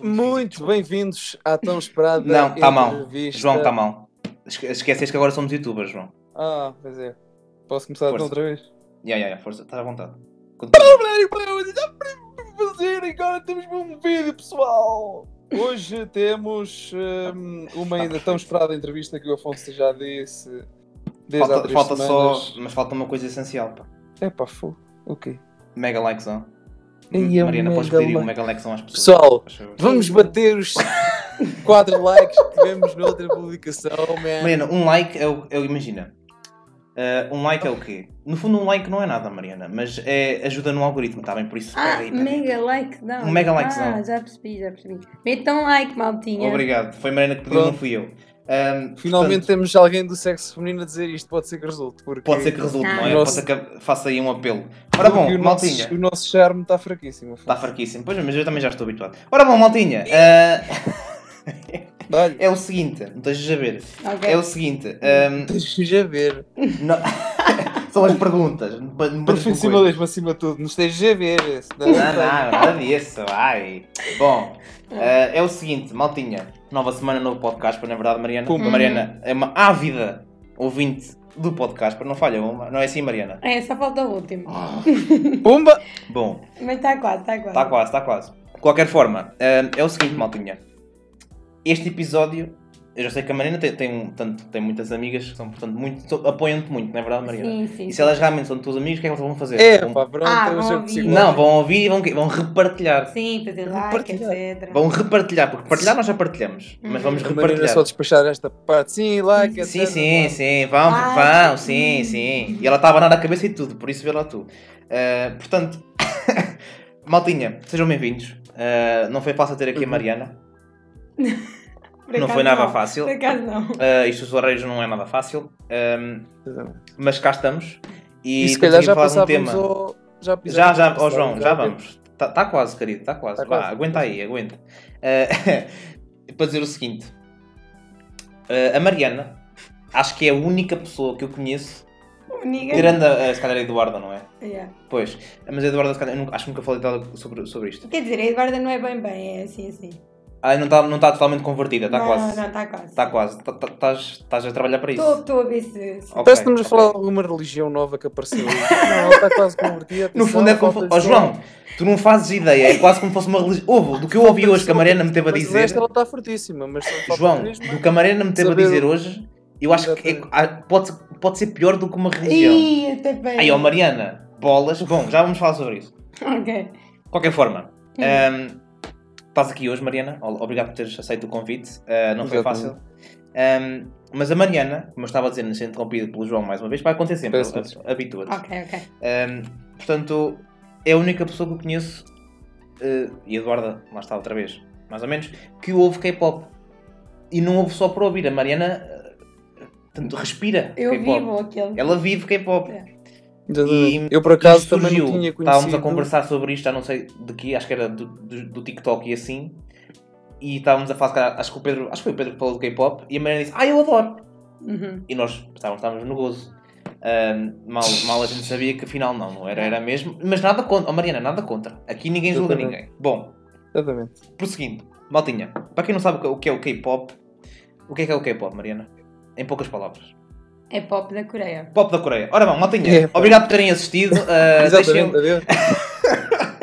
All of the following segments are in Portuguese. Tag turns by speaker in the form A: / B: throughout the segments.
A: Muito bem-vindos à tão esperada
B: Não, tá mal.
A: entrevista.
B: João, está mal. Esque- Esqueces que agora somos youtubers, João.
A: Ah, pois é. Posso começar então
B: Força.
A: outra vez?
B: Ya, ya, ya, força, estás à vontade. Continua.
A: Olhem para onde dá para "Ah, fazer, agora temos um vídeo, pessoal! Hoje temos hum, uma ainda tão esperada entrevista que o Afonso já disse desde há
B: Falta,
A: três
B: falta
A: semanas.
B: só. Mas falta uma coisa essencial, pá.
A: É pá, fogo. O quê?
B: Mega likezão.
A: E é um
B: Mariana, podes
A: mega
B: pedir um
A: like.
B: mega likezão às pessoas.
A: Pessoal,
B: faz favor.
A: vamos bater os 4 likes que tivemos na outra publicação, man.
B: Mariana, um like é o. é o- imagina. Eh, um like é o quê? No fundo, um like não é nada, Mariana, mas é ajuda no algoritmo, está bem? Por isso,
C: Ah,
B: pega aí, pega aí.
C: mega like, não.
B: Um mega likezão.
C: Ah, já percebi, já percebi. Metam um like, maltinha.
B: Obrigado, foi a Mariana que pediu,
A: Pronto.
B: não fui eu. Um, Ahm,
A: Finalmente
B: portanto,
A: temos alguém do sexo feminino a dizer isto, pode ser que resulte. Porque...
B: pode ser que resulte, não é?
A: Nossa.
B: Pode ser que faça aí um apelo. Ora bom,
A: Porque o nosso-
B: maltinha. Tá.
A: o nosso charme está fraquíssimo.
B: Está fraquíssimo. Pois, mas eu também já estou habituado. Ora bom, maltinha. ah,
A: Olha,
B: é o seguinte. Não deixes a ver.
C: Ok.
B: É o seguinte. ahm,
A: deixa ver.
B: não- São as perguntas. não pa- não pares com coisas.
A: Profissionalismo acima de tudo, nos esteja a ver. esse, não é?
B: Não, não, nada disso. Ai. Bom, ah, é o seguinte, maltinha. Nova semana, novo podcast. Para, na verdade, Mariana.
A: Pumba.
B: A Mariana é uma ávida ouvinte do podcast. Para, não falha uma. Não é assim, Mariana?
C: É, só falta o último.
A: Pumba!
B: Bom.
C: Mas está quase, está quase.
B: Está Tá quase, está quase. De qualquer forma, hum, é o seguinte, maltinha. Este episódio, eu já sei que a Marina tem, tem, um- tanto, tem muitas amigas que são, portanto, muito, so- apoiam-te muito, não é verdade, Marina?
C: Sim, sim.
B: E se elas realmente são tuas amigas, o que é que elas vão fazer?
A: É,
B: Vão-
A: pá, é pronto,
C: Ah,
A: eu
C: vão
A: já
C: ouvir.
A: consigo.
B: Não, vão ouvir e vão, que- vão repartilhar.
C: Sim, fazer
A: Vou
C: like,
A: partilhar.
C: etc.
B: Vão repartilhar, porque partilhar nós já partilhamos,
C: Uhum.
B: mas vamos
A: A Marina
B: repartilhar.
A: só despachar esta parte. Sim, like, etc. é?
B: Sim, sim, sim, vão,
C: Ah,
B: vão, sim,
C: hum.
B: sim. E ela está a abanar a cabeça e tudo, por isso vê lá tu. Uh, portanto, maltinha, sejam bem-vindos. Uh, não foi fácil ter aqui a
A: Uhum.
B: Mariana,
C: Por
B: não
C: acaso
B: foi nada fácil.
C: Por acaso não.
B: Uh, isto os horários não é nada fácil, um,
A: Exatamente.
B: mas cá estamos. E,
A: E se calhar
B: conseguimos
A: já
B: falar de um
A: passávamos ao. Já,
B: Já,
A: pisávamos
B: já,
A: ao
B: ó
A: passado,
B: João, já
A: ok?
B: vamos. Está quase, querido, está quase.
A: Tá
B: Vá,
A: quase.
B: aguenta aí, aguenta. Uh, para dizer o seguinte: uh, a Mariana, acho que é a única pessoa que eu conheço,
C: Ninguém.
B: tirando a, a se calhar a Eduarda, não é?
C: Yeah.
B: Pois, mas a Eduarda, se calhar, eu nunca- acho que nunca falei dela sobre, sobre isto.
C: Quer dizer, a Eduarda não é bem bem, é assim, assim.
B: Ah, não está não tá totalmente convertida, está
C: não,
B: quase.
C: Não, está quase.
B: Está quase. Tá, Estás a trabalhar para isso.
C: Estou a ver se... se-
B: Ok,
A: Parece que estamos a
B: ok.
A: falar de alguma religião nova que apareceu. não, ela está quase convertida.
B: No
A: atenção,
B: fundo é como.
A: falta
B: Ó
A: só-
B: João, tu não fazes ideia, é quase como fosse uma religião. Ouve, do que eu ouvi hoje que a Mariana me teve a
A: Mas o resto
B: dizer.
A: ela está fortíssima, mas só falta
B: João,
A: mesmo.
B: do que a Mariana me teve a
A: Saber-
B: dizer hoje, eu acho que é-
A: Exatamente.
B: ah, pode, pode ser pior do que uma religião.
C: Ih, até bem.
B: Aí, ó Mariana, bolas. Bom, já vamos falar sobre isso.
C: Ok.
B: De qualquer forma,
C: Hum.
B: ahm, estás aqui hoje, Mariana. O- Obrigado por teres aceito o convite. ah, não foi
A: Exatamente.
B: fácil. Ahm, mas a Mariana, como eu estava a dizer, não ser interrompida pelo João mais uma vez, vai acontecer sempre.
A: Peço
B: hab- Habitua-te.
C: Ok, ok.
B: Um, portanto, é a única pessoa que eu conheço, eh, e a Eduarda, lá está outra vez, mais ou menos, que ouve K-pop. E não ouve só por ouvir, a Mariana eh, tanto respira
C: Eu
B: K-pop.
C: vivo aquele.
B: Ela vive K-pop.
C: É.
A: Exatamente.
B: e-
A: eu por
B: Isto
A: acaso também não tinha conhecido.
B: Estávamos a conversar sobre isto, já não sei de que, acho que era do, do, do TikTok e assim. E estávamos a falar, se calhar, acho que o Pedro, acho que foi o Pedro que falou do K-pop, e a Mariana disse: Ah, eu adoro!
C: Uhum.
B: E nós estávamos, estávamos no gozo. Ahm, mal, mal a gente sabia que afinal não, não era, era mesmo. Mas nada contra, oh, Mariana, nada contra. Aqui ninguém julga
A: Exatamente.
B: ninguém. Bom,
A: Exatamente.
B: prosseguindo, maltinha, para quem não sabe o que- o que é o K-pop, o que é que é o K-pop, Mariana? Em poucas palavras.
C: É pop da Coreia.
B: Pop da Coreia. Ora bem, maltinha,
A: É, pá.
B: obrigado por terem assistido. Ah, deixem-
A: Exatamente, adeus.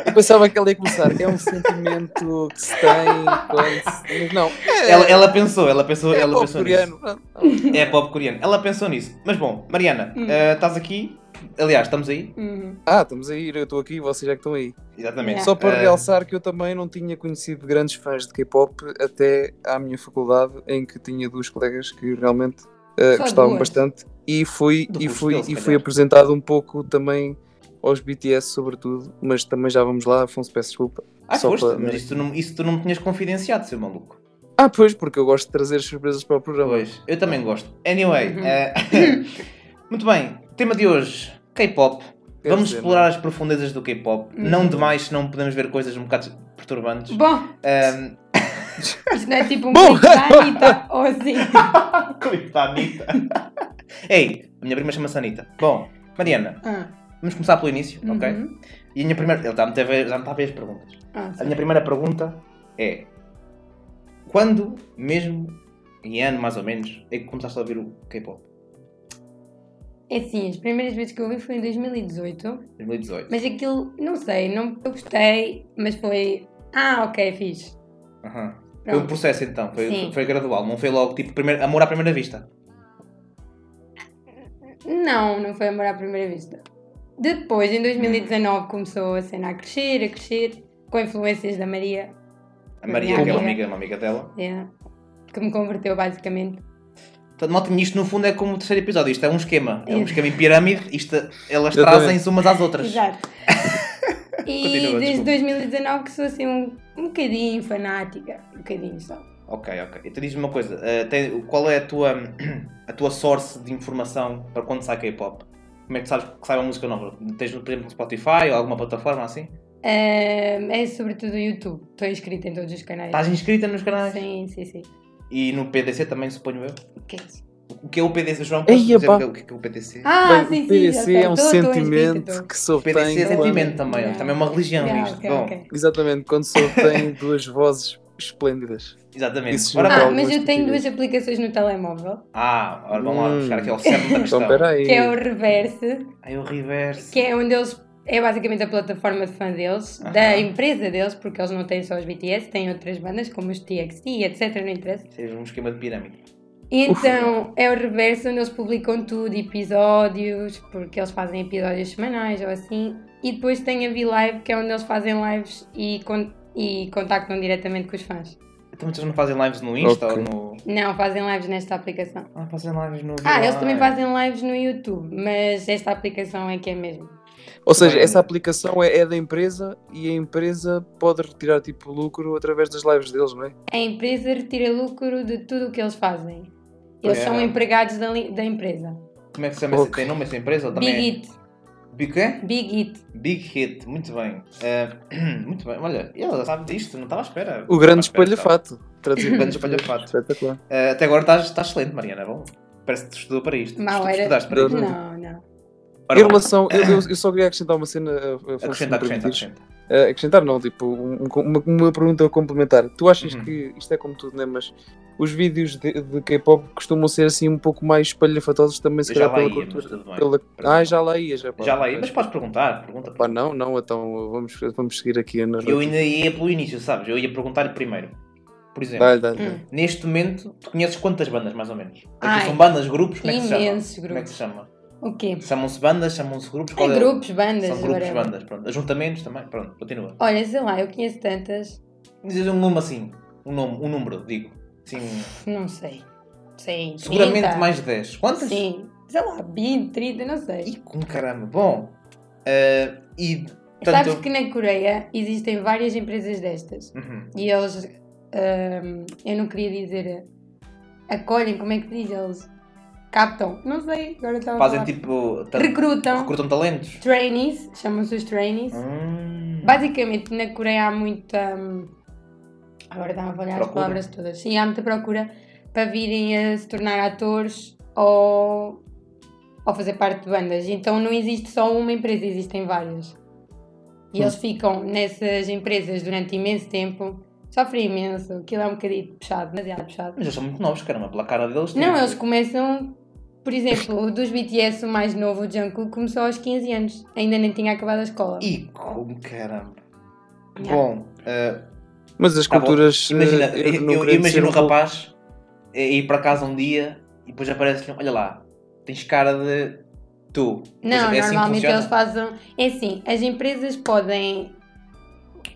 A: Eu pensava que ela ia começar. É um sentimento que se tem quando se... Mas não. É,
B: ela, ela pensou, ela pensou,
A: é
B: ela
A: pop
B: pensou
A: coreano. pronto.
B: nisso. É pop coreano. Ela pensou nisso. Mas bom, Mariana,
C: Hum.
B: ah, estás aqui. Aliás, estamos aí.
C: Uhum.
A: Ah, estamos a ir, eu estou aqui, vocês já que estão aí.
B: Exatamente.
A: Só para
B: Ah,
A: realçar que eu também não tinha conhecido grandes fãs de K-pop até à minha faculdade, em que tinha duas colegas que realmente eh,
C: Só
A: gostavam
C: duas?
A: bastante e fui,
B: Do
A: e
B: curso
A: fui,
B: dele, se
A: e
B: calhar.
A: fui apresentado um pouco também aos BTS, sobretudo, mas também já vamos lá, Afonso, peço desculpa.
B: Ah,
A: só
B: foste,
A: para-
B: mas isso tu, não, isso tu não me tinhas confidenciado, seu maluco.
A: Ah, pois, porque eu gosto de trazer surpresas para o programa.
B: Pois, eu também gosto. Anyway,
C: Uhum.
B: eh, muito bem, tema de hoje, K-pop.
A: Quer
B: Vamos
A: dizer,
B: explorar as profundezas do K-pop.
C: Uhum.
B: Não demais, senão podemos ver coisas um bocado perturbantes.
C: Bom,
B: Ehm,
C: isto não é tipo um
A: Bom.
C: clipe da Anitta, ou assim.
B: Clipe da Anitta. Ei, a minha prima chama-se Anitta. Bom, Mariana,
C: Ah,
B: vamos começar pelo início, ok?
C: uhum.
B: E a minha primeira. Ele já me teve- já me está a ver as perguntas.
C: Ah, sim.
B: A minha primeira pergunta é: Quando mesmo, em ano mais ou menos, é que começaste a ouvir o K-pop?
C: É assim, as primeiras vezes que eu vi foi em 2018,
B: 2018.
C: mas aquilo, não sei, não eu gostei, mas foi. Ah, ok, fiz.
B: Aham. Foi um
C: Pronto.
B: processo então, foi,
C: Sim.
B: foi gradual, não foi logo tipo primeiro, amor à primeira vista.
C: Não, não foi amor à primeira vista. Depois, em 2019, começou a cena a crescer, a crescer, com influências da Maria,
B: A
C: Minha
B: Maria, que é uma
C: amiga.
B: amiga, uma amiga dela.
C: yeah, que me converteu basicamente.
B: Portanto, malta, isto no fundo é como o terceiro episódio, isto é um esquema, é um
C: Yeah.
B: esquema em pirâmide, isto, elas
A: Exatamente.
B: trazem-se umas às outras.
C: Exato. E
B: Continua,
C: desde
B: desculpa.
C: 2019 que sou assim um, um bocadinho fanática, um bocadinho só.
B: Ok, ok. Então diz-me uma coisa, eh, tem- qual é a tua, a tua source de informação para quando sai K-pop? Como é que sabes que sai uma música nova? Tens, por exemplo, no Spotify ou alguma plataforma assim?
C: Ahm, é sobretudo o YouTube, estou inscrita em todos os canais.
B: Estás inscrita nos canais?
C: Sim, sim, sim.
B: E no PDC também, suponho eu.
C: O que é isso?
B: O que é o PDC, João?
A: Ei,
B: Podes dizer
A: epá.
B: o que é- o que é o PDC?
C: Ah,
A: Bem,
C: sim, sim.
A: o PDC
C: já sei.
A: é um
C: Tô- tô inscrita,
A: sentimento
C: tô.
A: que
B: O PDC é
A: sobretém.
B: sentimento também,
C: Yeah.
B: também é uma religião
C: Ah,
B: isto.
C: ok,
B: Bom,
C: ok.
A: Exatamente, quando sobretém duas vozes esplêndidas.
B: exatamente.
A: Isso
B: ora,
A: já-
C: Ah,
B: bom.
A: algumas
C: mas eu tenho
A: portuguesas.
C: duas aplicações no telemóvel,
B: ah, ora, vamos lá,
A: Hum.
B: buscar aqui ao cerne da
A: Então,
B: questão.
A: peraí.
C: que é o Reverse,
B: Aí o reverse.
C: que é onde eles é basicamente a plataforma de fã deles,
B: Aham.
C: da empresa deles, porque eles não têm só os BTS, têm outras bandas como os TXT, etc, não interessa.
B: Seja um esquema de pirâmide.
C: E
A: Ufa.
C: então é o reverso onde eles publicam tudo, episódios, porque eles fazem episódios semanais ou assim. E depois tem a V-Live, que é onde eles fazem lives e, con- e contactam diretamente com os fãs.
B: Então vocês não fazem lives no Insta ou
A: Ok.
B: no.
C: Não, fazem lives nesta aplicação.
B: Ah, é. fazem lives no.
C: Ah, eles
B: Vine.
C: também fazem lives no YouTube, mas esta aplicação é que é mesmo.
A: Ou seja,
B: Bem.
A: essa aplicação é, é da empresa e a empresa pode retirar tipo lucro através das lives deles, não é?
C: A empresa retira lucro de tudo o que eles fazem. Eles
B: É.
C: são empregados da, li- da empresa.
B: Como é que se chama? esse-
A: Ok.
B: Tem nome essa empresa ou também?
C: Big
B: é-
C: It,
B: Big quê?
C: Big It.
B: Big Hit, muito bem. Ah, muito bem, olha, ele sabe disto, não estava à espera.
A: O grande
B: Não estava à espera,
A: espalhafato. Traduzido
B: O grande
A: em português.
B: espalhafato.
A: Espetacular.
B: então. Ah, até agora estás, estás excelente, Mariana, é bom. Parece que tu estudou para isto.
C: Mal
B: Estu-
C: era.
B: Estudaste para isto.
C: Não, não.
B: Ora
A: Em
B: bom,
A: relação, eu, eu- eu só queria acrescentar uma cena, uh, uh, Afonso, se me
B: Acrescenta, acrescenta,
A: permitires.
B: acrescenta.
A: Uh, acrescentar não, tipo, um- um- uma, uma pergunta complementar. Tu achas
B: Uhum.
A: que isto é como tudo, né? Mas os vídeos de, de K-pop costumam ser assim um pouco mais espalhafatosos também, se
B: Eu já
A: calhar
B: lá
A: pela
B: ia, mas
A: cultura.
B: tudo bem.
A: Pela...
B: Perdão.
A: Ah, já lá ia, já pá.
B: Já lá ia, mas podes perguntar, pergunta.
A: Pá, não, não, então vamos, vamos seguir aqui a narrativa.
B: Eu ainda ia pelo início, sabes? Eu ia perguntar primeiro. Por exemplo,
A: Dá-lhe, dá-lhe.
C: Hum.
A: dá-lhe.
B: neste momento, tu conheces quantas bandas, mais ou menos? Aqui
C: Ai,
B: são bandas, grupos, como é que se chama?
C: Hum. imensos
B: Como é que se chama?
C: O quê?
B: Chamam-se bandas, chamam-se grupos?
C: Há
B: qual é?
C: grupos, bandas,
B: São grupos,
C: whatever.
B: bandas, pronto. Ajuntamentos também, pronto, continua.
C: Olha, sei lá, eu conheço tantas,
B: Dizes um nome assim, um nome, um número, digo. Sim,
C: não sei. Sei.
B: seguramente
C: 30.
B: mais de 10. Quantas?
C: Sim, sei lá, 20, 30, não sei.
B: Ih, com caramba, bom. eh, e tanto...
C: Sabes que na Coreia existem várias empresas destas
B: Uhum.
C: e eles, ahm, eu não queria dizer, acolhem, como é que diz? Eles captam, não sei, agora estava a
B: Fazem
C: falar.
B: tipo... tanto-
C: Recrutam,
B: Recrutam talentos.
C: trainees, chamam-se os trainees.
B: Hum.
C: Basicamente, na Coreia há muita. hum, Agora estava a olhar as
B: Procura.
C: palavras todas. Sim, há muita procura para virem a se tornar atores ou, ou fazer parte de bandas. Então não existe só uma empresa, existem várias. E
A: Hum.
C: eles ficam nessas empresas durante imenso tempo, sofrem imenso. Aquilo é um bocadinho puxado, demasiado puxado.
B: Mas eles são muito novos, caramba, pela cara deles. tipo,
C: Não,
B: tem-
C: eles começam. Por exemplo, o dos BTS, o mais novo, o Jungkook, começou aos 15 anos. Ainda nem tinha acabado a escola.
B: E como caramba.
C: Yeah.
B: Bom, eh,
A: Mas as
B: Tá bom.
A: culturas.
B: imagina,
A: eh,
B: eu,
A: não
B: eu
A: querendo ser
B: imagino um
A: um pouco-
B: rapaz eh, ir para casa um dia e depois aparece assim, olha lá, tens cara de tu. Pois
C: Não,
B: é assim que
C: normalmente
B: funciona?
C: eles fazem. É assim, as empresas podem.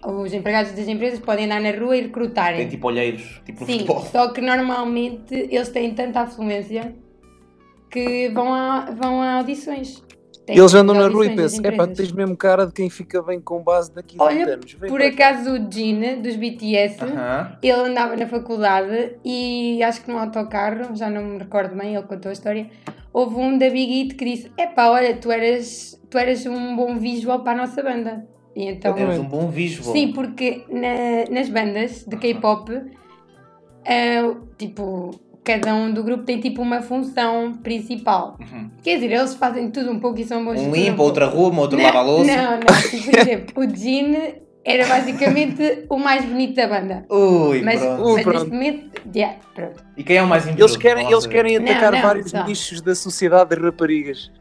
C: Os empregados das empresas podem andar na rua e
B: Tem
C: recrutarem.
B: tipo olheiros, tipo no
C: Sim,
B: futebol.
C: só que normalmente eles têm tanta afluência que vão a, vão a audições. Têm
A: Eles andam
C: muitas
A: na rua e
C: audições das
A: pensam: é pá,
C: empresas.
A: tens mesmo cara de quem fica bem com base daqui a
C: Olha,
A: 20 anos. Vem
C: Por
A: para cá."
C: acaso o Gina, dos BTS,
B: Aham.
C: ele andava na faculdade e acho que num autocarro, já não me recordo bem, ele contou a história. Houve um da Big It que disse: Epá, olha, tu eras, tu eras um bom visual para a nossa banda. E então.
B: Temos um bom visual.
C: Sim, porque na- nas bandas de
B: Aham.
C: K-pop, eh, tipo, cada um do grupo tem tipo uma função principal.
B: Uhum.
C: Quer dizer, eles fazem tudo um pouco e são bons. em
B: Um
C: tudo
B: limpa,
C: um
B: outro arruma, outro
C: pouco.
B: lava a louça.
C: Não, não, tipo, por exemplo, o Jin Era basicamente o mais bonito da banda.
B: Ui,
C: Mas,
B: pronto.
A: Ui,
C: mas
A: Uh, pronto.
C: neste momento, yeah, pronto.
B: E quem é o mais impuro?
A: Eles querem, eles querem
C: Não,
A: atacar
C: não,
A: vários
C: não.
A: nichos da sociedade de raparigas.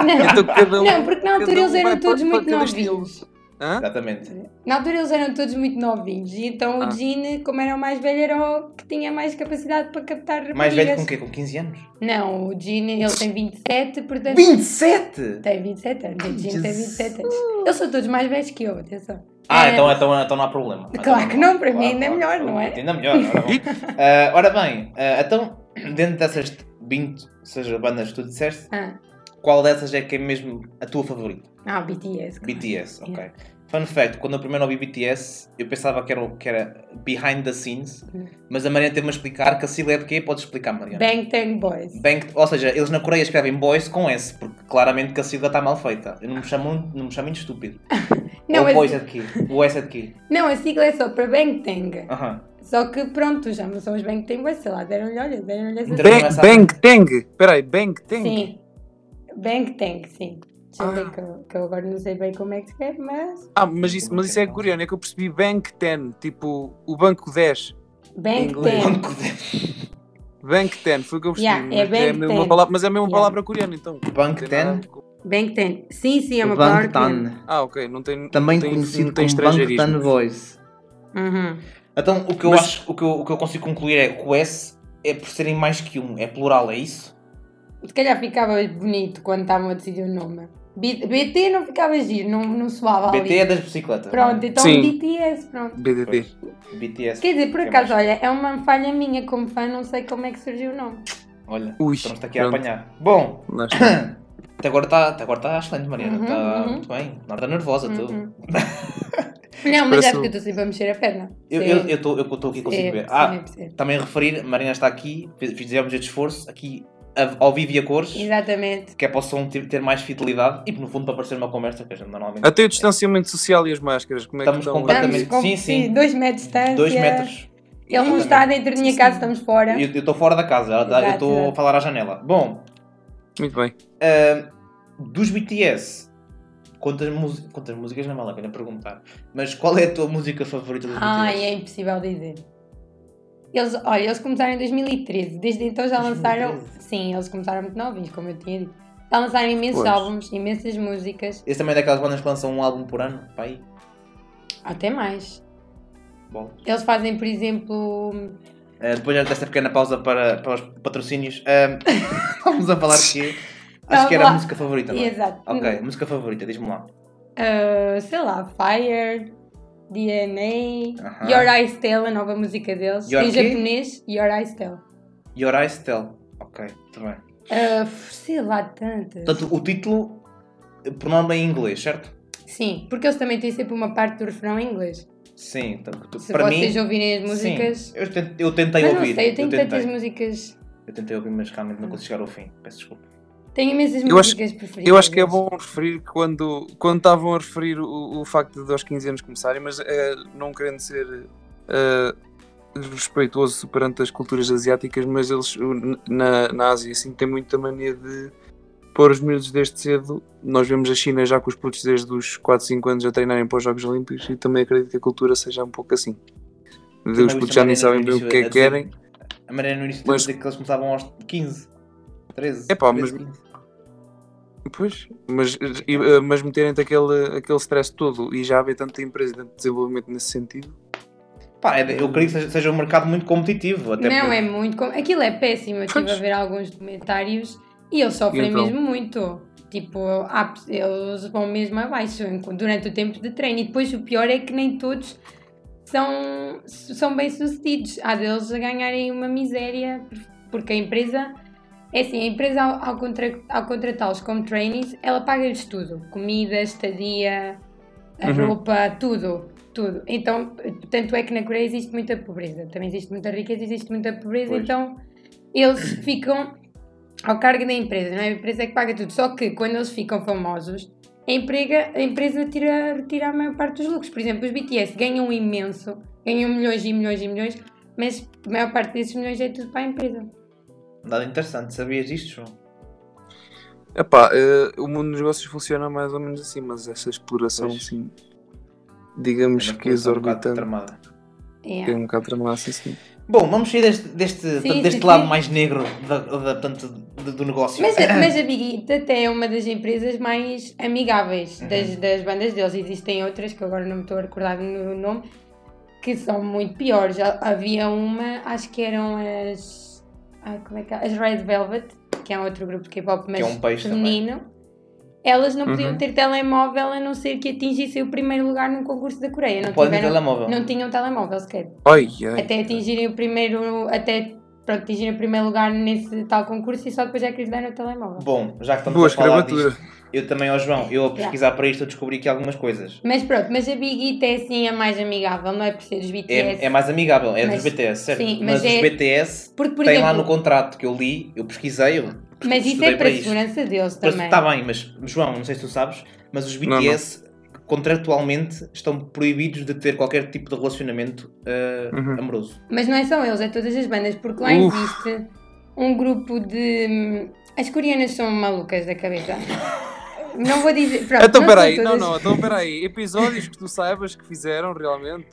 C: Não,
A: Então cada um.
C: não, porque na altura
A: cada um
C: eles
A: vai
C: eram
A: para-
C: todos
A: para
C: muito
A: cada estilo.
C: novinhos.
A: Hã?
B: Exatamente.
C: Na altura eles eram todos muito novinhos. E então
A: Ah.
C: o Gene, como era o mais velho, era o que tinha mais capacidade para captar raparigas.
B: Mais velho com o quê? Com 15 anos?
C: Não, o Gene, ele tem 27, portanto...
B: 27!
C: Tem 27 anos, o Gene tem
B: Jesus.
C: 27 anos. Eles são todos mais velhos que eu, atenção.
B: Ah,
C: É.
B: então, então, então não há problema.
C: Claro que não, para mim ainda é
B: claro.
C: melhor, não é?
B: Ainda melhor, ora bom. Ah, ora bem, ah, então, dentro dessas 20, seja bandas que tu disseste,
C: Ah,
B: qual dessas é que é mesmo a tua favorita?
C: ah o BTS. claro.
B: BTS, ok.
C: Yeah.
B: Fun fact, quando eu primeiro ouvi BTS, eu pensava que era, o- que era behind the scenes,
C: Hum.
B: mas a Mariana teve-me a explicar que a sigla é de quê? Podes explicar, Mariana?
C: Bangtan Boys.
B: Bank, ou seja, eles na Coreia escrevem boys com S, porque claramente que a sigla está mal feita. Eu não me chamo, não me chamo muito estúpido.
C: Não,
B: Ou o boys
C: a,
B: é de quê? O S é de quê?
C: não, a sigla é só para Bangtan.
B: Aham.
C: Só que pronto, já não são os Bangtan Boys, sei lá, deram-lhe olha, deram-lhe essa
B: Bem-
A: Bang, bang, tang. Espera aí, bang, tang.
C: Sim. Bang Tank, sim. Deixa eu
A: Ah.
C: ver que eu, que eu agora não sei bem como é que se escreve, mas.
A: Ah, mas isso, mas isso é coreano, é que eu percebi Bank 10, tipo o banco 10. Em
C: Bang
A: inglês.
C: Tank.
B: Banco de-
A: Bank 10, foi o que eu percebi.
C: Yeah,
A: mas,
C: é
A: é a
C: Bang
A: mesma
C: 10.
A: palavra, mas é a mesma
C: Yeah.
A: palavra coreana, então.
B: Bank
A: Não tem nada a
B: 10?
A: ver com-
C: Bang Tank. Sim, sim, é uma palavra.
B: Bank
C: que tem.
B: Tan.
A: Ah, ok, não tem.
B: Também
A: não tem,
B: conhecido
A: não tem
B: como Bank
A: estrangeirismo.
B: Tan Voice.
C: Uhum.
B: Então, o que, eu
A: Mas-
B: acho, o, que eu, o que eu consigo concluir é que o S é por serem mais que um, é plural, é isso?
C: Se calhar ficava bonito quando estavam a decidir o nome. B- BT não ficava giro, não, não soava
B: BT é
C: ali.
B: das bicicletas.
C: Pronto, então
A: Sim.
C: BTS, pronto.
A: BDT.
B: Pois. BTS.
C: Quer dizer, por
B: Que
C: acaso,
B: mais?
C: olha, é uma falha minha como fã, não sei como é que surgiu o nome.
B: Olha,
A: Ui,
B: estamos aqui a
A: pronto.
B: apanhar. Bom,
A: Nós-
B: até agora está até agora tá excelente, Mariana.
C: Uhum,
B: Está
C: uhum.
B: muito bem. Não está nervosa, tu.
C: Uhum. Não, mas
A: Parece
C: acho
A: um-
C: que eu estou sempre a mexer a perna.
B: Eu
C: Sim.
B: estou eu tô, eu tô aqui consigo
C: Sim,
B: ver. Ah,
C: sim, sim.
B: também referir, Mariana está aqui, fiz- fizemos este esforço aqui a- ao vivo e a cores.
C: Exatamente.
B: Que é para o som ter, ter mais fidelidade e, no fundo, para parecer uma conversa que a gente normalmente
A: Até o distanciamento social e as máscaras, como é
B: Estamos
A: que estão?
B: completamente-
C: Estamos com
B: Sim, sim.
C: dois metros de distância.
B: 2 metros.
C: Ele não está dentro da minha casa, estamos fora.
B: Eu estou fora da casa, ela tá- eu
C: Exato,
B: estou a
C: exato.
B: falar à janela. Bom,
A: Muito bem.
B: ah, dos BTS, quantas, mus- quantas músicas não vale a pena perguntar, mas qual é a tua música favorita dos
C: Ai,
B: BTS?
C: é impossível dizer. Eles, olha, eles começaram em 2013, desde então já lançaram.
B: 2013?
C: Sim, eles começaram muito novinhos, como eu tinha dito. Já lançaram imensos
A: Pois.
C: álbuns, imensas músicas,
B: Esse também é daquelas bandas que lançam um álbum por ano, pai.
C: até mais.
B: Bom.
C: Eles fazem, por exemplo.
B: Ah, depois desta pequena pausa para, para os patrocínios, ah, vamos a falar que acho
C: Vamos
B: que era a
C: lá.
B: música favorita, não é?
C: Exato.
B: Ok, música favorita, diz-me lá.
C: Ah, sei lá, Fire, DNA,
B: Aham.
C: Your Eyes Tell, a nova música deles.
B: Your
C: em
B: quê?
C: japonês, Your Eyes Tell.
B: Your Eyes Tell. Ok, está bem.
C: Ah, sei lá, tantas.
B: Portanto, o título, por norma, é em inglês, certo?
C: Sim, porque eles também têm sempre uma parte do refrão em inglês.
B: Sim, então, tu-
C: Se
B: para mim.
C: vocês ouvirem as músicas.
B: Sim, eu tent- eu tentei,
C: Mas não
B: ouvir.
C: sei, eu tenho tantas
B: tentei.
C: músicas.
B: Eu tentei ouvir, mas realmente não consegui chegar ao fim. Peço desculpa.
C: Tenho imensas
A: Eu acho-
C: músicas preferidas.
A: Eu acho que é bom referir que quando, quando estavam a referir o, o facto de aos 15 anos começarem, mas eh, não querendo ser eh, respeitoso perante as culturas asiáticas, mas eles o- na, na Ásia assim, têm muita mania de pôr os miúdos desde cedo. Nós vemos a China já com os putos desde os 4, 5 anos a treinarem para os Jogos Olímpicos e também acredito que a cultura seja um pouco assim. De
B: Também
A: os
B: vi
A: putos já
B: a Mariana
A: nem sabem
B: no
A: bem o
B: início
A: que é
B: a
A: que
B: dizer-
A: querem.
B: A Mariana no início
A: Mas-
B: dizia que eles começavam aos 15, 13.
A: Epá,
B: 13, 15.
A: Pois, mas, e, eh, mas meterem-te aquele, aquele stress todo e já haver tanta empresa e tanto desenvolvimento nesse sentido.
B: Pá, é de- eu creio que seja, seja um mercado muito competitivo. Até
C: Não,
B: porque-
C: é muito. com- Aquilo é péssimo. Eu estive
A: Pois.
C: a ver alguns documentários e eles sofrem
A: E então?
C: mesmo muito. Tipo, há- eles vão mesmo abaixo enquanto- durante o tempo de treino. E depois o pior é que nem todos são, são bem-sucedidos. Há deles a ganharem uma miséria por- porque a empresa. É assim, a empresa ao, ao contra- ao contratá-los como trainees, ela paga-lhes tudo. Comida, estadia, a
A: Uhum.
C: roupa, tudo, tudo. Então, tanto é que na Coreia existe muita pobreza, também existe muita riqueza, existe muita pobreza,
B: Pois.
C: então eles ficam ao cargo da empresa, não é? A empresa é que paga tudo. Só que quando eles ficam famosos, a, emprega, a empresa tira, retira a maior parte dos lucros. Por exemplo, os BTS ganham imenso, ganham milhões e milhões e milhões, mas a maior parte desses milhões é tudo para a empresa. é-
B: Nada um interessante, sabias disto, João?
A: Epá, eh, o mundo dos negócios funciona mais ou menos assim, mas essa exploração
B: Pois.
A: assim digamos
B: Uma
A: que
B: coisa um bocado
A: exorbitante.
B: tramada.
A: É
C: Yeah.
A: um bocado tramado, sim, sim.
B: Bom, vamos sair deste, deste, portanto,
C: sim,
B: deste
C: sim.
B: lado mais negro da, da- portanto, do, do negócio.
C: Mas, a- mas a Big It até é uma das empresas mais amigáveis
B: Uhum.
C: das, das bandas deles. Existem outras que agora não me estou a recordar no nome que são muito piores. Já Havia uma, acho que eram as. Ai, como é que é? As Red Velvet, que é um outro grupo de K-pop, mas
B: é um peixe também.
C: feminino. Elas não podiam
A: Uhum.
C: ter telemóvel a não ser que atingissem o primeiro lugar num concurso da Coreia. Não,
B: Podem
C: tiveram,
B: telemóvel.
C: não tinham telemóvel sequer
A: Ai, ai.
C: até atingirem o primeiro até pronto, atingirem o primeiro lugar nesse tal concurso e só depois é que lhes deram o telemóvel
B: Bom, já que estamos
A: Boa
B: a falar
A: escravatura.
B: disto, eu também, ao João, eu a pesquisar para isto, eu descobri aqui algumas coisas.
C: mas pronto, mas a Big It é assim a mais amigável, não é por ser dos BTS
B: É, é mais amigável, é
C: Mas-
B: dos BTS, certo?
C: sim, mas
B: mas os
C: é-
B: BTS
C: porque por
B: têm
C: exemplo,
B: lá no contrato que eu li, eu pesquisei, eu
C: mas isso
B: estudei
C: é para
B: para
C: a
B: isto.
C: segurança deles também
B: Está bem, mas tá- João, não sei se tu sabes, mas os
A: Não,
B: BTS contratualmente estão proibidos de ter qualquer tipo de relacionamento uh,
A: Uhum.
B: amoroso.
C: mas não é só eles, é todas as bandas porque lá
A: Uf.
C: existe um grupo de hum, as coreanas são malucas da cabeça não vou dizer pronto,
A: Então,
C: não
A: peraí,
C: são
A: não,
C: todas-
A: não, então, peraí. Episódios que tu saibas que fizeram realmente.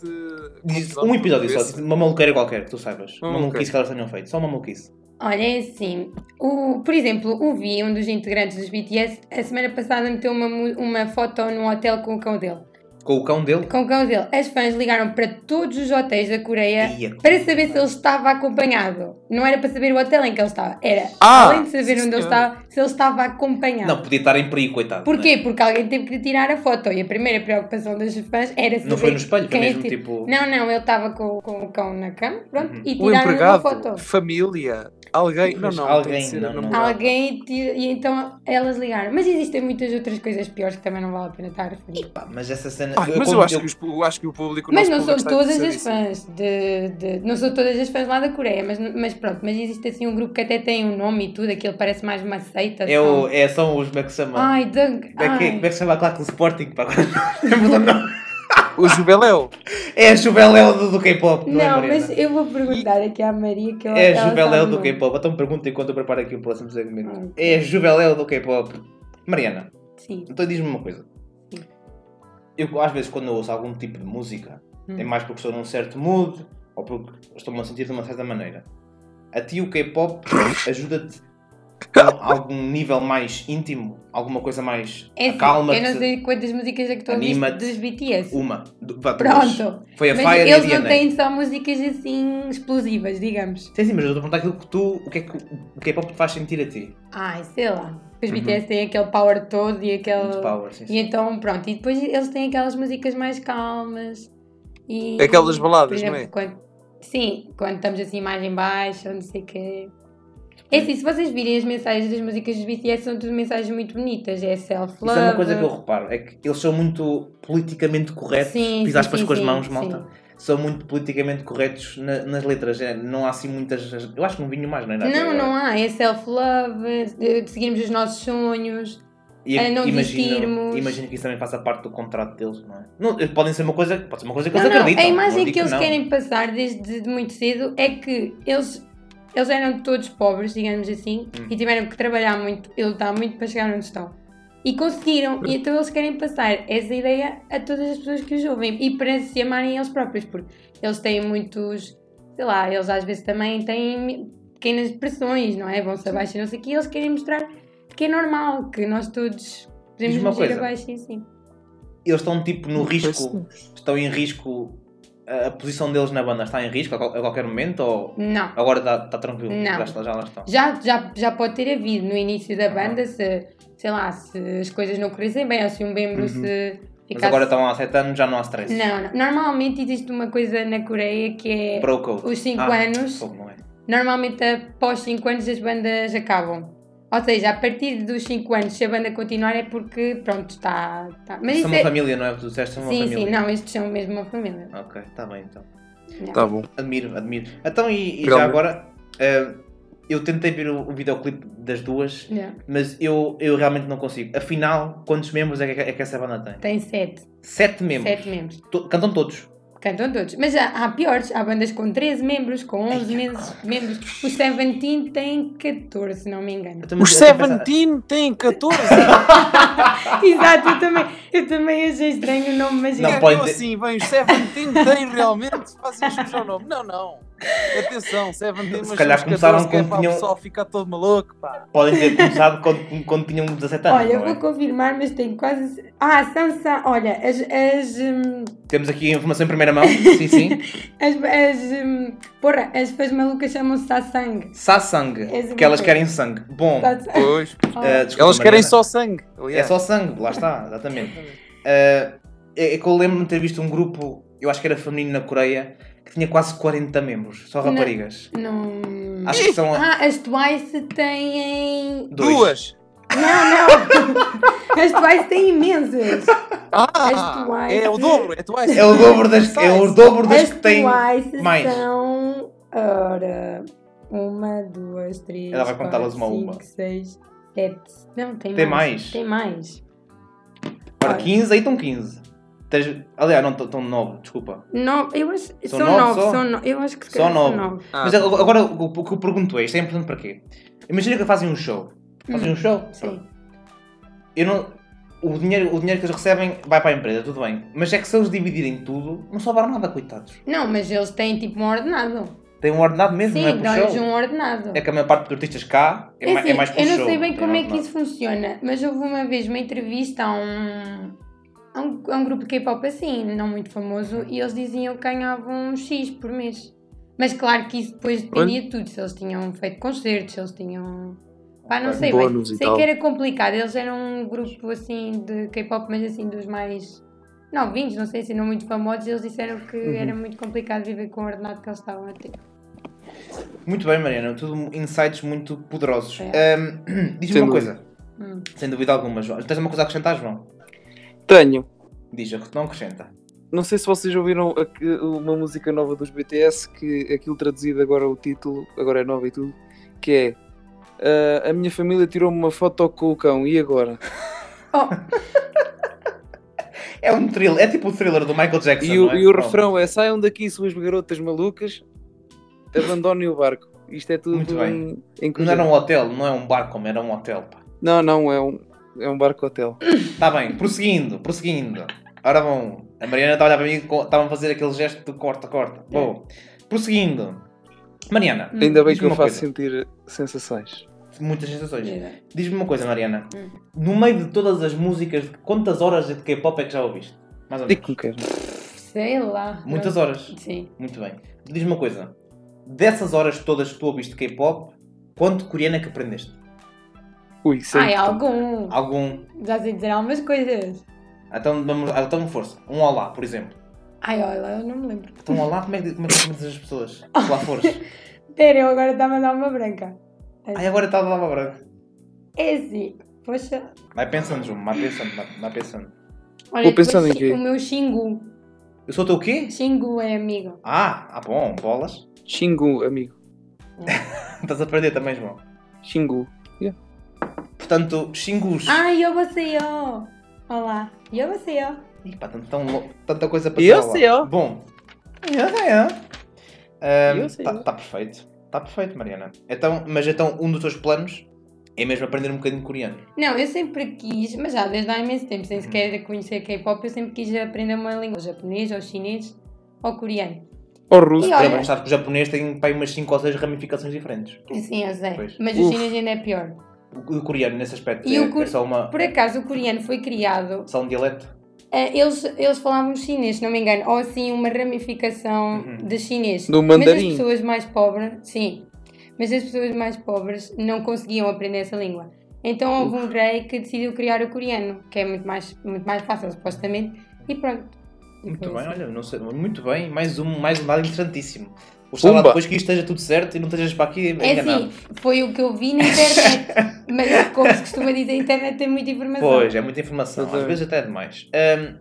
B: Um episódio só, uma maluqueira qualquer, que tu saibas.
A: Uma
B: Uma maluquice que elas tenham feito, só uma maluquice.
C: Olha, é assim, o, por exemplo, o Vi, um dos integrantes dos BTS, a semana passada meteu uma, mu- uma foto num hotel com o cão dele.
B: Com o cão dele.
C: Com o cão dele. As fãs ligaram para todos os hotéis da Coreia
B: Ia.
C: para saber se ele estava acompanhado. Não era para saber o hotel em que ele estava, era,
A: Ah,
C: além de saber
A: sim,
C: onde ele
A: senhora.
C: estava, se ele estava acompanhado.
B: Não, é? podia estar em perigo, coitado.
C: Porquê? Porque alguém teve que lhe tirar a foto e a primeira preocupação das fãs era
B: Não, é?
C: saber
B: Não foi no espelho, foi
C: quem é
B: mesmo
C: que-
B: tipo.
C: Não, não, ele estava com, com o cão na cama, pronto,
B: Uhum.
C: e
A: O
C: tiraram uma
A: Um empregado,
C: foto.
A: família, alguém. Não, não,
B: Alguém,
A: tem de ser
B: não,
A: a
B: não.
A: namorada.
C: Alguém te- e então elas ligaram. Mas existem muitas outras coisas piores que também não vale a pena estar a referir.
B: Pá, Ah, mas essa cena.
A: Ai, mas eu
B: como-
A: acho, que os- eu acho que o público. o
C: Mas
A: nosso
C: não são
A: público está
C: todas as
A: interessadíssimo.
C: fãs de, de- Não são todas as fãs lá da Coreia, mas, mas pronto, mas existe assim um grupo que até tem um nome e tudo, aquilo parece mais uma seita.
B: É,
C: são-
B: o, é, são os Beck Sama.
C: Ai,
B: Como
C: Doug.
B: é que- como é que se chama lá com o Sporting? Pá, agora não lembro do nome.
A: O Jubeléu.
B: É a Juveléu do, do K-pop, não, é
C: Não,
B: Mariana?
C: mas eu vou perguntar aqui à Maria que ela
B: É
C: ela
B: a Juveléu
C: sabe o
B: do
C: nome.
B: K-pop. Então pergunta enquanto eu preparo aqui o próximo segmento.
C: Ok.
B: É a Juveléu do K-pop. Mariana,
C: Sim.
B: então diz-me uma coisa.
C: Sim.
B: Eu, às vezes, quando eu ouço algum tipo de música,
C: Hum.
B: é mais porque estou num certo mood ou porque estou-me a sentir de uma certa maneira. A ti, o K-pop ajuda-te a algum nível mais íntimo, alguma coisa mais.
C: É assim, eu não
B: acalma-te.
C: sei quantas músicas é que tu ouviste
B: anima-te.
C: dos BTS.
B: Uma. du- vá, duas.
C: Pronto.
B: Foi a
C: Mas
B: Fire e a
C: eles não
B: DNA.
C: têm só músicas assim explosivas, digamos.
B: Sim, sim, mas eu estou a perguntar aquilo que tu. O que é que o K-pop te faz sentir a ti?
C: Ai, sei lá. Os
A: Uhum.
C: BTS têm aquele power todo e aquele.
B: Muito power, sim, sim.
C: E então, pronto. E depois eles têm aquelas músicas mais calmas. E...
A: Aquelas baladas,
C: por
A: não é?
C: Quando... Sim, quando estamos assim mais em baixo, ou não sei o quê. É assim, se vocês virem as mensagens das músicas dos BTS, são tudo mensagens muito bonitas. É
B: Isso
C: self-love.
B: é uma coisa que eu reparo, é que eles são muito politicamente corretos,
C: Sim,
B: fiz
C: sim,
B: aspas
C: sim,
B: com as
C: sim,
B: mãos,
C: sim.
B: malta, são muito politicamente corretos na- nas letras, é, não há assim muitas, eu acho que não vinho mais, não é?
C: Não, não há. É self-love, de de seguirmos os nossos sonhos.
B: E
C: a Ah, não
B: imagino,
C: desistirmos.
B: imagino que isso também faça parte do contrato deles, não é? Não, podem ser uma coisa, pode ser uma coisa que
C: Não,
B: eles
C: não, é
B: acreditam.
C: a
B: não
C: imagem
B: digo
C: que eles
B: não.
C: querem passar desde de muito cedo é que eles, eles eram todos pobres, digamos assim,
B: Hum.
C: e tiveram que trabalhar muito e lutar muito para chegar onde estão. E conseguiram, e então eles querem passar essa ideia a todas as pessoas que os ouvem e para se amarem eles próprios, porque eles têm muitos, sei lá, eles às vezes também têm pequenas pressões, não é? Vão-se abaixo e não sei o que, eles querem mostrar que é normal, que nós todos podemos
B: Diz-me uma
C: nos ir
B: coisa.
C: abaixo e assim.
B: Eles estão tipo no risco,
A: Parece-
B: estão em risco, a, a posição deles na banda está em risco a, qual- a qualquer momento ou
C: Não.
B: agora está está tranquilo?
C: Não.
B: Já, está- já lá estão.
C: já, já, já pode ter havido no início da
B: Uhum.
C: banda se, sei lá, se as coisas não corressem bem ou se um membro
A: Uhum.
C: se
B: Mas
C: ficasse...
B: agora tá- estão há 7 anos, já não há stress.
C: Não, não. Normalmente existe uma coisa na Coreia que é
B: Broke out.
C: os 5
B: Ah,
C: anos,
B: fogo, não é?
C: normalmente após 5 anos as bandas acabam. Ou seja, a partir dos 5 anos, se a banda continuar é porque, pronto, está... está- Mas
B: Mas
C: isso
B: são uma
C: é...
B: família, não é? Tu disseste são uma
C: Sim,
B: família.
C: sim, não, estes são mesmo uma família.
B: Ok, está bem então.
C: Não.
A: Tá bom.
B: Admiro, admiro. Então, e, e já
A: Realmente.
B: agora, eh, eu tentei ver o, o videoclipe das duas,
C: Não.
B: mas eu, eu realmente não consigo. Afinal, quantos membros é que, é que essa banda tem?
C: Tem 7,
B: Sete membros.
C: 7 membros.
B: To- cantam todos.
C: Cantam todos. Mas há, há piores. Há bandas com 13 membros, com 11 meses, membros. O Seventeen tem 14, se não me engano.
B: Eu também-
A: Os
B: eu também pensava-
A: Seventeen têm 14?
C: Exato, eu também, eu também achei estranho o nome, mas
B: Ah. Não
A: Não
B: pode ter-
A: assim, bem, os Seventeen têm realmente, fazem isso o nome. Não, não. Atenção, Seventeen,
B: Se
A: mas
B: calhar
A: os 14
B: começaram
A: que é
B: com
A: para
B: opinião-
A: o pessoal ficar todo maluco, pá.
B: Podem ter começado quando, quando tinham 17 anos.
C: Olha,
B: não
C: vou
B: é?
C: confirmar, mas tenho quase. Ah, são. são olha, as, as, hum,
B: Temos aqui a informação em primeira mão. Sim, sim.
C: as, as, hum, Porra, as fãs malucas chamam-se Sassang.
B: Sá sangue.
C: És Tá
B: Porque elas
C: uma coisa.
B: querem sangue. Bom,
C: Sassang.
A: Pois,
B: eh,
C: Ah,
B: desculpa,
A: elas querem
B: Mariana.
A: só sangue. Aliás.
B: É só sangue, lá está, exatamente. Eh, é, é que eu lembro-me de ter visto um grupo, eu acho que era feminino na Coreia, que tinha quase 40 membros, só
C: Não.
B: raparigas.
C: Não.
B: Acho que são
C: Ah, as Twice têm.
B: dois.
A: Duas.
C: Não, não! As Twice têm imensas!
A: Ah,
C: As Twice.
A: é o dobro, é Twice.
B: É o dobro das, é o dobro das
C: As
B: que têm.
C: Twice
B: mais.
C: são. Ora. Uma, duas, três.
B: Ela vai contá-las
C: quatro,
B: uma a uma.
C: cinco, Seis, sete. Não, tem,
B: Tem mais?
C: mais. Tem mais.
B: Ora,
C: Olha.
B: 15, aí estão 15. Tens- aliás, não, estão 9, desculpa.
C: No, eu acho,
B: São
C: são,
B: nove
C: nove,
B: só?
C: são no- eu acho que se
B: Só
C: calhar são
B: nove.
C: nove.
A: Ah,
B: Mas ag- agora o, o que eu pergunto é, isto é importante para quê? Imagina que fazem um show. Fazem um show?
C: Sim.
B: Eu não... O dinheiro, o dinheiro que eles recebem vai para a empresa, tudo bem. Mas é que se eles dividirem tudo, não sobraram nada, coitados.
C: Não, mas eles têm tipo um ordenado.
B: Tem um ordenado mesmo, não é
C: Sim,
B: por show.
C: dão-lhes um ordenado.
B: É que a maior parte dos artistas cá é, ma- é
C: assim,
B: mais por
C: eu não
B: show,
C: sei bem
B: tem
C: como é que
B: ordenado.
C: isso funciona, mas houve uma vez uma entrevista a um, a um, a um grupo de K-pop assim, não muito famoso, e eles diziam que ganhavam um X por mês. Mas claro que isso depois dependia de tudo, se eles tinham feito concertos, se eles tinham. Pá, não
B: Ok.
C: sei bem.
A: Bônus e
C: Sei
A: tal.
C: que era complicado, eles eram um grupo assim de K-pop, mas assim dos mais novinhos, não sei se não muito famosos, e eles disseram que
A: Uhum.
C: era muito complicado viver com o ordenado que eles estavam a ter.
B: Muito bem, Mariana, tudo um, insights muito poderosos.
C: É.
B: Ahm, Diz-me
A: Sem
B: uma coisa,
A: dúvida.
C: Hum.
B: sem dúvida alguma, João. Tens alguma coisa a acrescentar, João?
A: Tenho.
B: Diz, não acrescenta.
A: Não sei se vocês ouviram a que- uma música nova dos BTS, que aquilo traduzido agora o título, agora é nova e tudo, que é "Ah, A minha família tirou-me uma foto com o cão, e agora?
C: Oh,
B: É um thriller, é tipo o thriller do Michael Jackson,
A: E o,
B: não é?
A: e o
B: Pronto.
A: refrão é saiam daqui suas garotas malucas, abandonem o barco. Isto é tudo
B: Muito bem.
A: em, em
B: Não
A: Covilhã.
B: era um hotel, não é um bar como, era um hotel, pá.
A: não, não, é um, é um barco hotel.
B: Está bem, prosseguindo, prosseguindo. Ora bom, a Mariana está a olhar para mim, com- estava a fazer aquele gesto de corta,
C: É.
B: corta. Bom, prosseguindo. Mariana,
C: Hum.
A: Ainda bem
B: Diz-me
A: que eu
B: uma coisa.
A: faço sentir sensações.
B: muitas sensações.
C: yeah.
B: Diz-me uma coisa, Mariana.
C: Hum.
B: No meio de todas as músicas, quantas horas de K-pop é que já ouviste? Mais ou menos.
A: Digo que quero.
C: sei lá.
B: Muitas horas.
C: Sim.
B: Muito bem. Diz-me uma coisa. Dessas horas todas que tu ouviste K-pop, quanto coreano é que aprendeste?
A: Ui, sei. tá-
C: Ai, algum.
B: Algum?
C: Já sei dizer algumas coisas.
B: Então vamos, ah, então força. Um olá, por exemplo.
C: Ai, olha, eu não me lembro.
B: Então olá, como é que, como é que dizes as pessoas? Se lá fores.
C: Pera, eu agora está-me a dar uma branca.
B: Ai, agora está lá branco.
C: É assim, poxa.
B: Vai pensando, João. Vai pensando, vai, vai pensando.
C: Olha,
A: Vou pensando
C: depois
A: em quê?
C: O meu Xingu.
B: Eu sou o teu quê?
C: Xingu é amigo.
B: Ah, ah bom, bolas.
A: Xingu, amigo.
B: Estás a perder também, João.
A: Xingu.
B: Portanto, xingus.
C: Ai, eu vou ser eu. Olá. Eu vou ser eu.
B: Ih, pá, tanto- tão lo- tanta coisa para
A: Eu
B: lá.
A: sei, ó.
B: Bom. Eu sei, ó. Ahm,
A: Eu sei,
B: tá,
A: ó.
B: tá perfeito. Tá perfeito, Mariana. Então, mas então, um dos teus planos é mesmo aprender um bocadinho de coreano.
C: Não, eu sempre quis, mas já desde há imenso tempo, sem
A: Uhum.
C: sequer conhecer K-pop, eu sempre quis aprender uma língua, ou japonês, ou chinês, ou coreano.
A: Ou russo.
C: E
B: Para
C: olha-
B: mostrar que o japonês tem pá, umas 5 ou 6 ramificações diferentes.
C: Sim, eu sei.
B: Pois.
C: Mas o
A: Uf.
C: chinês ainda é pior.
B: O, o coreano, nesse aspecto,
C: E
B: é,
C: o cor-
B: é só, uma,
C: Por acaso, o coreano foi criado
B: só um dialeto.
C: Eh, Eles, eles falavam chinês, se não me engano, ou assim uma ramificação
B: Uhum.
C: de chinês.
A: Do
C: Mas
A: mandarim.
C: as pessoas mais pobres, sim, mas as pessoas mais pobres não conseguiam aprender essa língua. Então houve um rei que decidiu criar o coreano, que é muito mais, muito mais fácil, supostamente, e pronto. E
B: Muito
C: foi
B: bem,
C: assim.
B: olha, não sei, muito bem. Mais um, mais um dado interessantíssimo. Gostava
A: Pumba.
B: depois que isto esteja tudo certo e não estejas para aqui
C: É
B: enganado.
C: assim, foi o que eu vi na internet, mas como se costuma dizer, a internet tem muita informação.
B: Pois, é muita informação, às
A: Exatamente.
B: vezes até é demais. Ahm,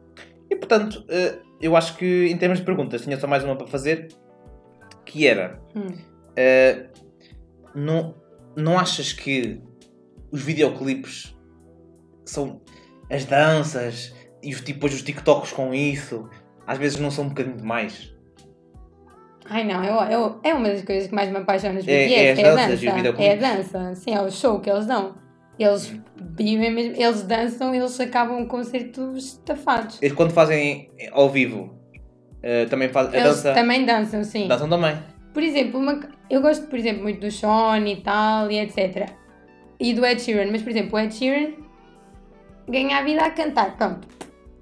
B: e portanto, eh, eu acho que em termos de perguntas, tinha só mais uma para fazer, que era:
C: Hum.
B: eh, não, não achas que os videoclipes são as danças e os, tipo, depois os TikToks com isso? às vezes não são um bocadinho demais.
C: Ai não, eu, eu- é uma das coisas que mais me apaixona nos
B: É- é
C: BTS,
B: as
C: é, a
B: danças
C: dança.
B: e os
C: É a
B: videoclipes.
C: dança, sim, é o show que eles dão. Eles vivem mesmo, eles dançam e eles acabam o concerto estafados.
B: Eles quando fazem ao vivo, eh, também fazem a
C: Eles
B: dança.
C: também dançam, sim.
B: Dançam também.
C: Por exemplo, uma c- eu gosto, por exemplo, muito do Sean e tal, e etc. E do Ed Sheeran, mas, por exemplo, o Ed Sheeran ganha a vida a cantar, pronto.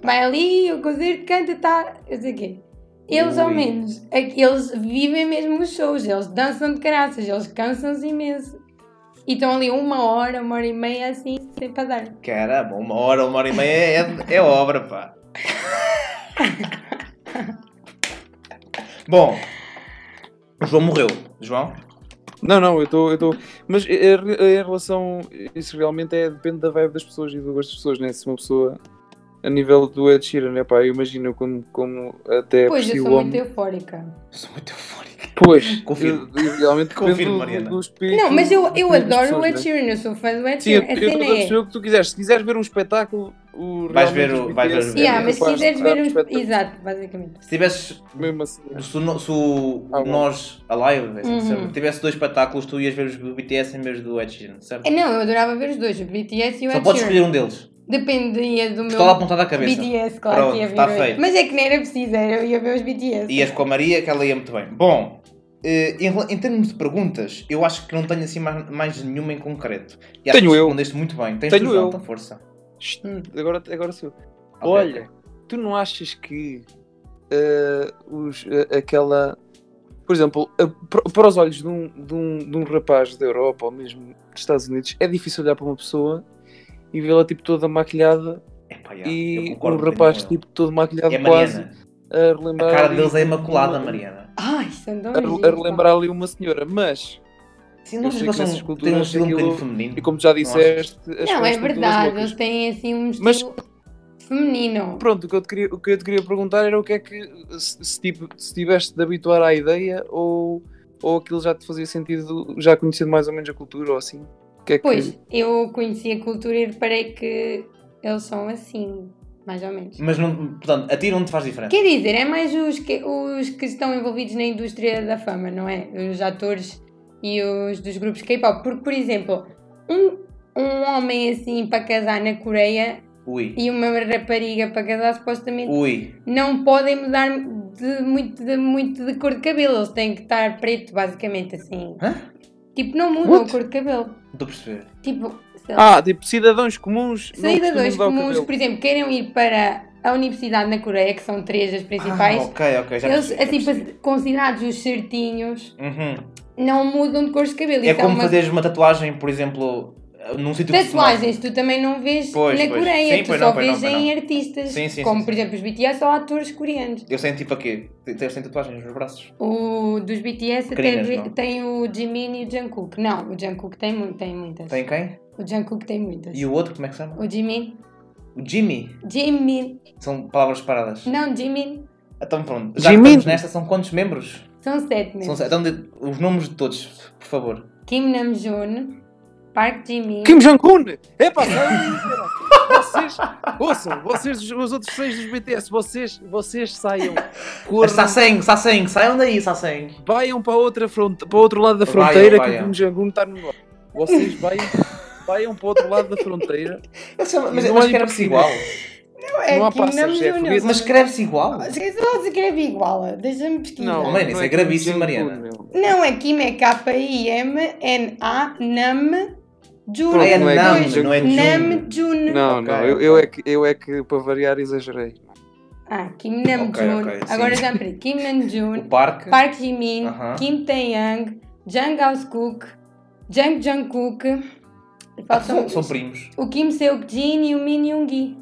C: Vai ali, o concerto, canta, tá, eu sei o quê. Eles, ao
B: Ui.
C: menos, é que eles vivem mesmo os shows, eles dançam de caraças, eles cansam-se imenso. E estão ali uma hora, uma hora e meia, assim, sem parar.
B: Caramba, uma hora, uma hora e meia é, é obra, pá. Bom, o João morreu. João?
A: Não, não, eu estou. Eu tô... Mas eh, eh, em relação. Isso realmente é, depende da vibe das pessoas e do gosto das pessoas, né? Se uma pessoa. A nível do Ed Sheeran, né, pá, eu imagino como, como até
C: pois, eu
A: aprecio
C: sou
A: o homem.
C: muito eufórica.
B: Sou muito eufórico.
A: Pois,
B: Confirmo.
A: eu- eu realmente depende
B: Confirmo,
A: do-
B: Mariana.
A: do espírito
C: Não, mas eu,
A: das
C: eu
A: pessoas,
C: adoro o
A: né?
C: Ed Sheeran, eu sou fã do Ed
A: Sim, eu eu
C: Sheeran. A
A: estou
C: cena
A: a
C: é...
A: perceber o que tu quiseres. Se quiseres ver um espetáculo, o
B: Vais
A: realmente
B: ver o-
A: os
B: vais ver o-
A: BTS é
C: Yeah, mas se
A: capaz de
C: quiseres
A: dar
C: ver
A: um
C: um...
A: espetáculo
C: Exato, basicamente.
B: Se tivesses.
A: Mesmo assim. né?
B: Se o, no- se o
A: Ah, bom.
B: nós, a live,
C: Tá Uhum.
B: se tivesse dois espetáculos, tu ias ver os do BTS em vez do Ed Sheeran, certo?
C: É, Não, eu adorava ver os dois, o BTS e o
B: Só
C: Ed
B: podes
C: Sheeran.
B: escolher um deles.
C: Dependia do meu
B: Pistola apontada à cabeça.
C: BTS, claro
B: Pronto,
C: que ia ver.
B: tá
C: os-
B: feito.
C: Mas é que nem era preciso, era, eu ia ver os BTS.
B: Ias com a Maria, que ela ia muito bem. Bom, eh, em, rela- em termos de perguntas, eu acho que não tenho assim mais, mais nenhuma em concreto. E acho
A: Tenho
B: que
A: eu.
B: Respondeste muito bem. Tens
A: Tenho
B: tu, João,
A: eu.
B: então força.
A: Shhh,
C: Hum.
A: Agora, agora sou eu.
B: Ok,
A: Olha,
B: ok.
A: tu não achas que eh, os, eh, aquela. Por exemplo, a- para, para os olhos de um, de, um, de um rapaz da Europa ou mesmo dos Estados Unidos, é difícil olhar para uma pessoa e vê-la tipo toda maquilhada
B: Epá, já, eu
A: e um
B: concordo
A: rapaz
B: plenamente
A: tipo todo maquilhado
B: com ela. É a
A: quase
B: Mariana.
A: a relembrar.
B: A cara
A: ali
B: deles é imaculada,
A: uma-
B: Mariana.
C: Ai, são tão
A: a,
C: giros,
A: re- a relembrar ali uma senhora, mas.
B: Sim, não
A: Eu sei
B: eles
A: que nessas
B: são- têm um
A: culturas
B: estilo um bocadinho
A: aquilo-
B: feminino.
A: E como já disseste,
C: pá.
A: as
C: Não,
A: pessoas
C: é
A: estão todas
C: verdade,
A: loucas.
C: eles têm assim um estilo
A: Mas-
C: feminino.
A: Pronto, o que, eu te queria, o que eu te queria perguntar era o que é que se, se, tipo, se tiveste de habituar à ideia ou, ou aquilo já te fazia sentido, já conhecido mais ou menos a cultura ou assim? O que é que-
C: Pois, eu conheci a cultura e reparei que eles são assim, mais ou menos.
B: Mas, não, portanto, a ti não te faz diferença.
C: Quer dizer, é mais os que, os que estão envolvidos na indústria da fama, não é? Os atores e os dos grupos K-pop. Porque, por exemplo, um, um homem assim para casar na Coreia
B: Ui.
C: e uma rapariga para casar supostamente
B: Ui.
C: não podem mudar de, muito, de, muito de cor de cabelo. Eles têm que estar preto, basicamente, assim.
B: Hã?
C: Tipo, não mudam
A: What?
C: a cor de cabelo.
B: Estou a perceber.
C: Tipo, sei lá.
A: Ah, tipo, cidadãos comuns. não
C: Saída
A: costumam
C: dois
A: mudar o
C: comuns,
A: cabelo.
C: por exemplo, querem ir para a universidade na Coreia, que são três das principais.
B: Ah, ok, ok. Já
C: Eles,
B: percebi, já
C: assim,
B: percebi.
C: considerados os certinhos,
B: Uhum.
C: não mudam de cores de cabelo.
B: É
C: Isso
B: como
C: uma...
B: fazeres uma tatuagem, por exemplo, num sítio que se
C: Tatuagens, tu também não vês
B: Pois,
C: na
B: pois.
C: Coreia,
B: Sim,
C: tu
B: pois
C: só
B: não, pois
C: vês
B: não, pois
C: em artistas,
B: Sim, sim,
C: como
B: sim,
C: por
B: sim.
C: exemplo os BTS ou atores coreanos.
B: Eu sei tipo aqui. Eles têm tatuagens nos braços.
C: O dos BTS até
B: Coreanas,
C: vi-
B: não.
C: tem o Jimin e o Jungkook. Não, o Jungkook tem, mu- tem muitas.
B: Tem quem?
C: O Jungkook tem muitas.
B: E o outro, como é que se chama?
C: O Jimin?
B: O Jimmy.
C: Jimin.
B: São palavras paradas.
C: Não, Jimin.
B: Então pronto. Já
A: Jimmy.
B: que estamos nesta, são quantos membros?
C: São sete
B: São,
C: mesmo.
B: então de- os nomes de todos, por favor.
C: Kim Namjoon, Park Jimin.
A: Kim Jong-un! Epá, saiam daí, caralho. vocês, ouçam, vocês, os, os outros seis dos BTS, vocês, vocês saiam. Corram,
B: Sasseng, Sasseng, saiam daí, Sasseng.
A: vaiam para, outra fronte, para o outro lado da
B: Vaiam,
A: fronteira, que o
B: vaiam.
A: Kim Jong-un está no norte. Vocês vaiam, vaiam para o outro lado da fronteira.
B: Eles chamam- Mas,
A: Não
B: mas
A: olhem para
B: escreve-se
A: cima.
B: igual.
C: é
A: não há
C: Kim
A: passas, é
C: Namjoon.
A: foguete.
B: Mas escreve-se igual.
C: Só se escreve é igual, deixa-me pesquisar.
A: Não,
B: Mariana,
A: não
B: isso é
A: que
B: gravíssimo,
A: não tinha
B: Mariana.
A: tudo, meu.
C: Não, é Kim é K-I-M-N-A, Nam, Jun.
A: Pronto,
B: Ah, é
A: não é
B: Nam,
A: Kim Jong-un.
B: não é Jun.
C: Nam, Jun.
A: Não,
B: Ok,
A: não, eu, eu é que, eu é que para variar exagerei.
C: Ah, Kim Nam
B: Ok,
C: Jun.
B: ok, sim.
C: Agora já me perdi. Kim Nam Jun,
B: O parque.
C: Park Jimin,
B: Aham.
C: Kim Taeyang, Jang Cook, Jang Jungkook.
B: Ah, são,
C: Faltam
B: são primos.
C: o Kim Seok Jin e o Min Young Gi.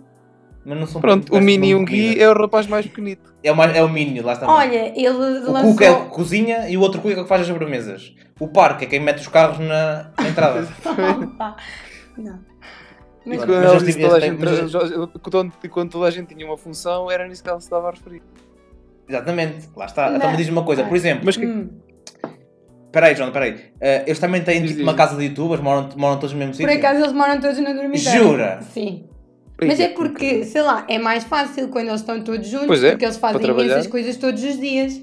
B: Mas não são
A: Pronto, o
B: primos,
A: Mini
B: parece nome de
A: Yungi
B: comida.
A: é o rapaz mais pequenito.
B: É o, mais, é o Minho, lá está.
C: Olha, ele
B: O Cuca é o
C: lançou.
B: que cozinha e o outro Cuca é o que faz as sobremesas. O parque é quem mete os carros na, na entrada.
C: Opa.
A: E
C: Não. Mas-
A: quando
B: mas
A: ela
B: este-
A: disse toda a
B: este-
A: gente-
B: mas-
A: quando- quando toda a gente tinha uma função, era nisso que ela se estava a referir.
B: Exatamente, lá está.
C: Não.
B: Então me diz uma coisa, por exemplo,
A: Mas que-
C: Hum.
B: peraí, João, peraí. Ah, eles também têm
A: Diz,
B: tipo
A: diz.
B: uma casa de youtubers, moram, moram todos no mesmo
C: Por
B: sítio.
C: acaso eles moram todos no dormitório.
B: Jura?
C: Sim. Mas é porque, sei lá, é mais fácil quando eles estão todos juntos,
A: Pois é,
C: porque eles
A: para
C: fazem
A: trabalhar.
C: imensas coisas todos os dias.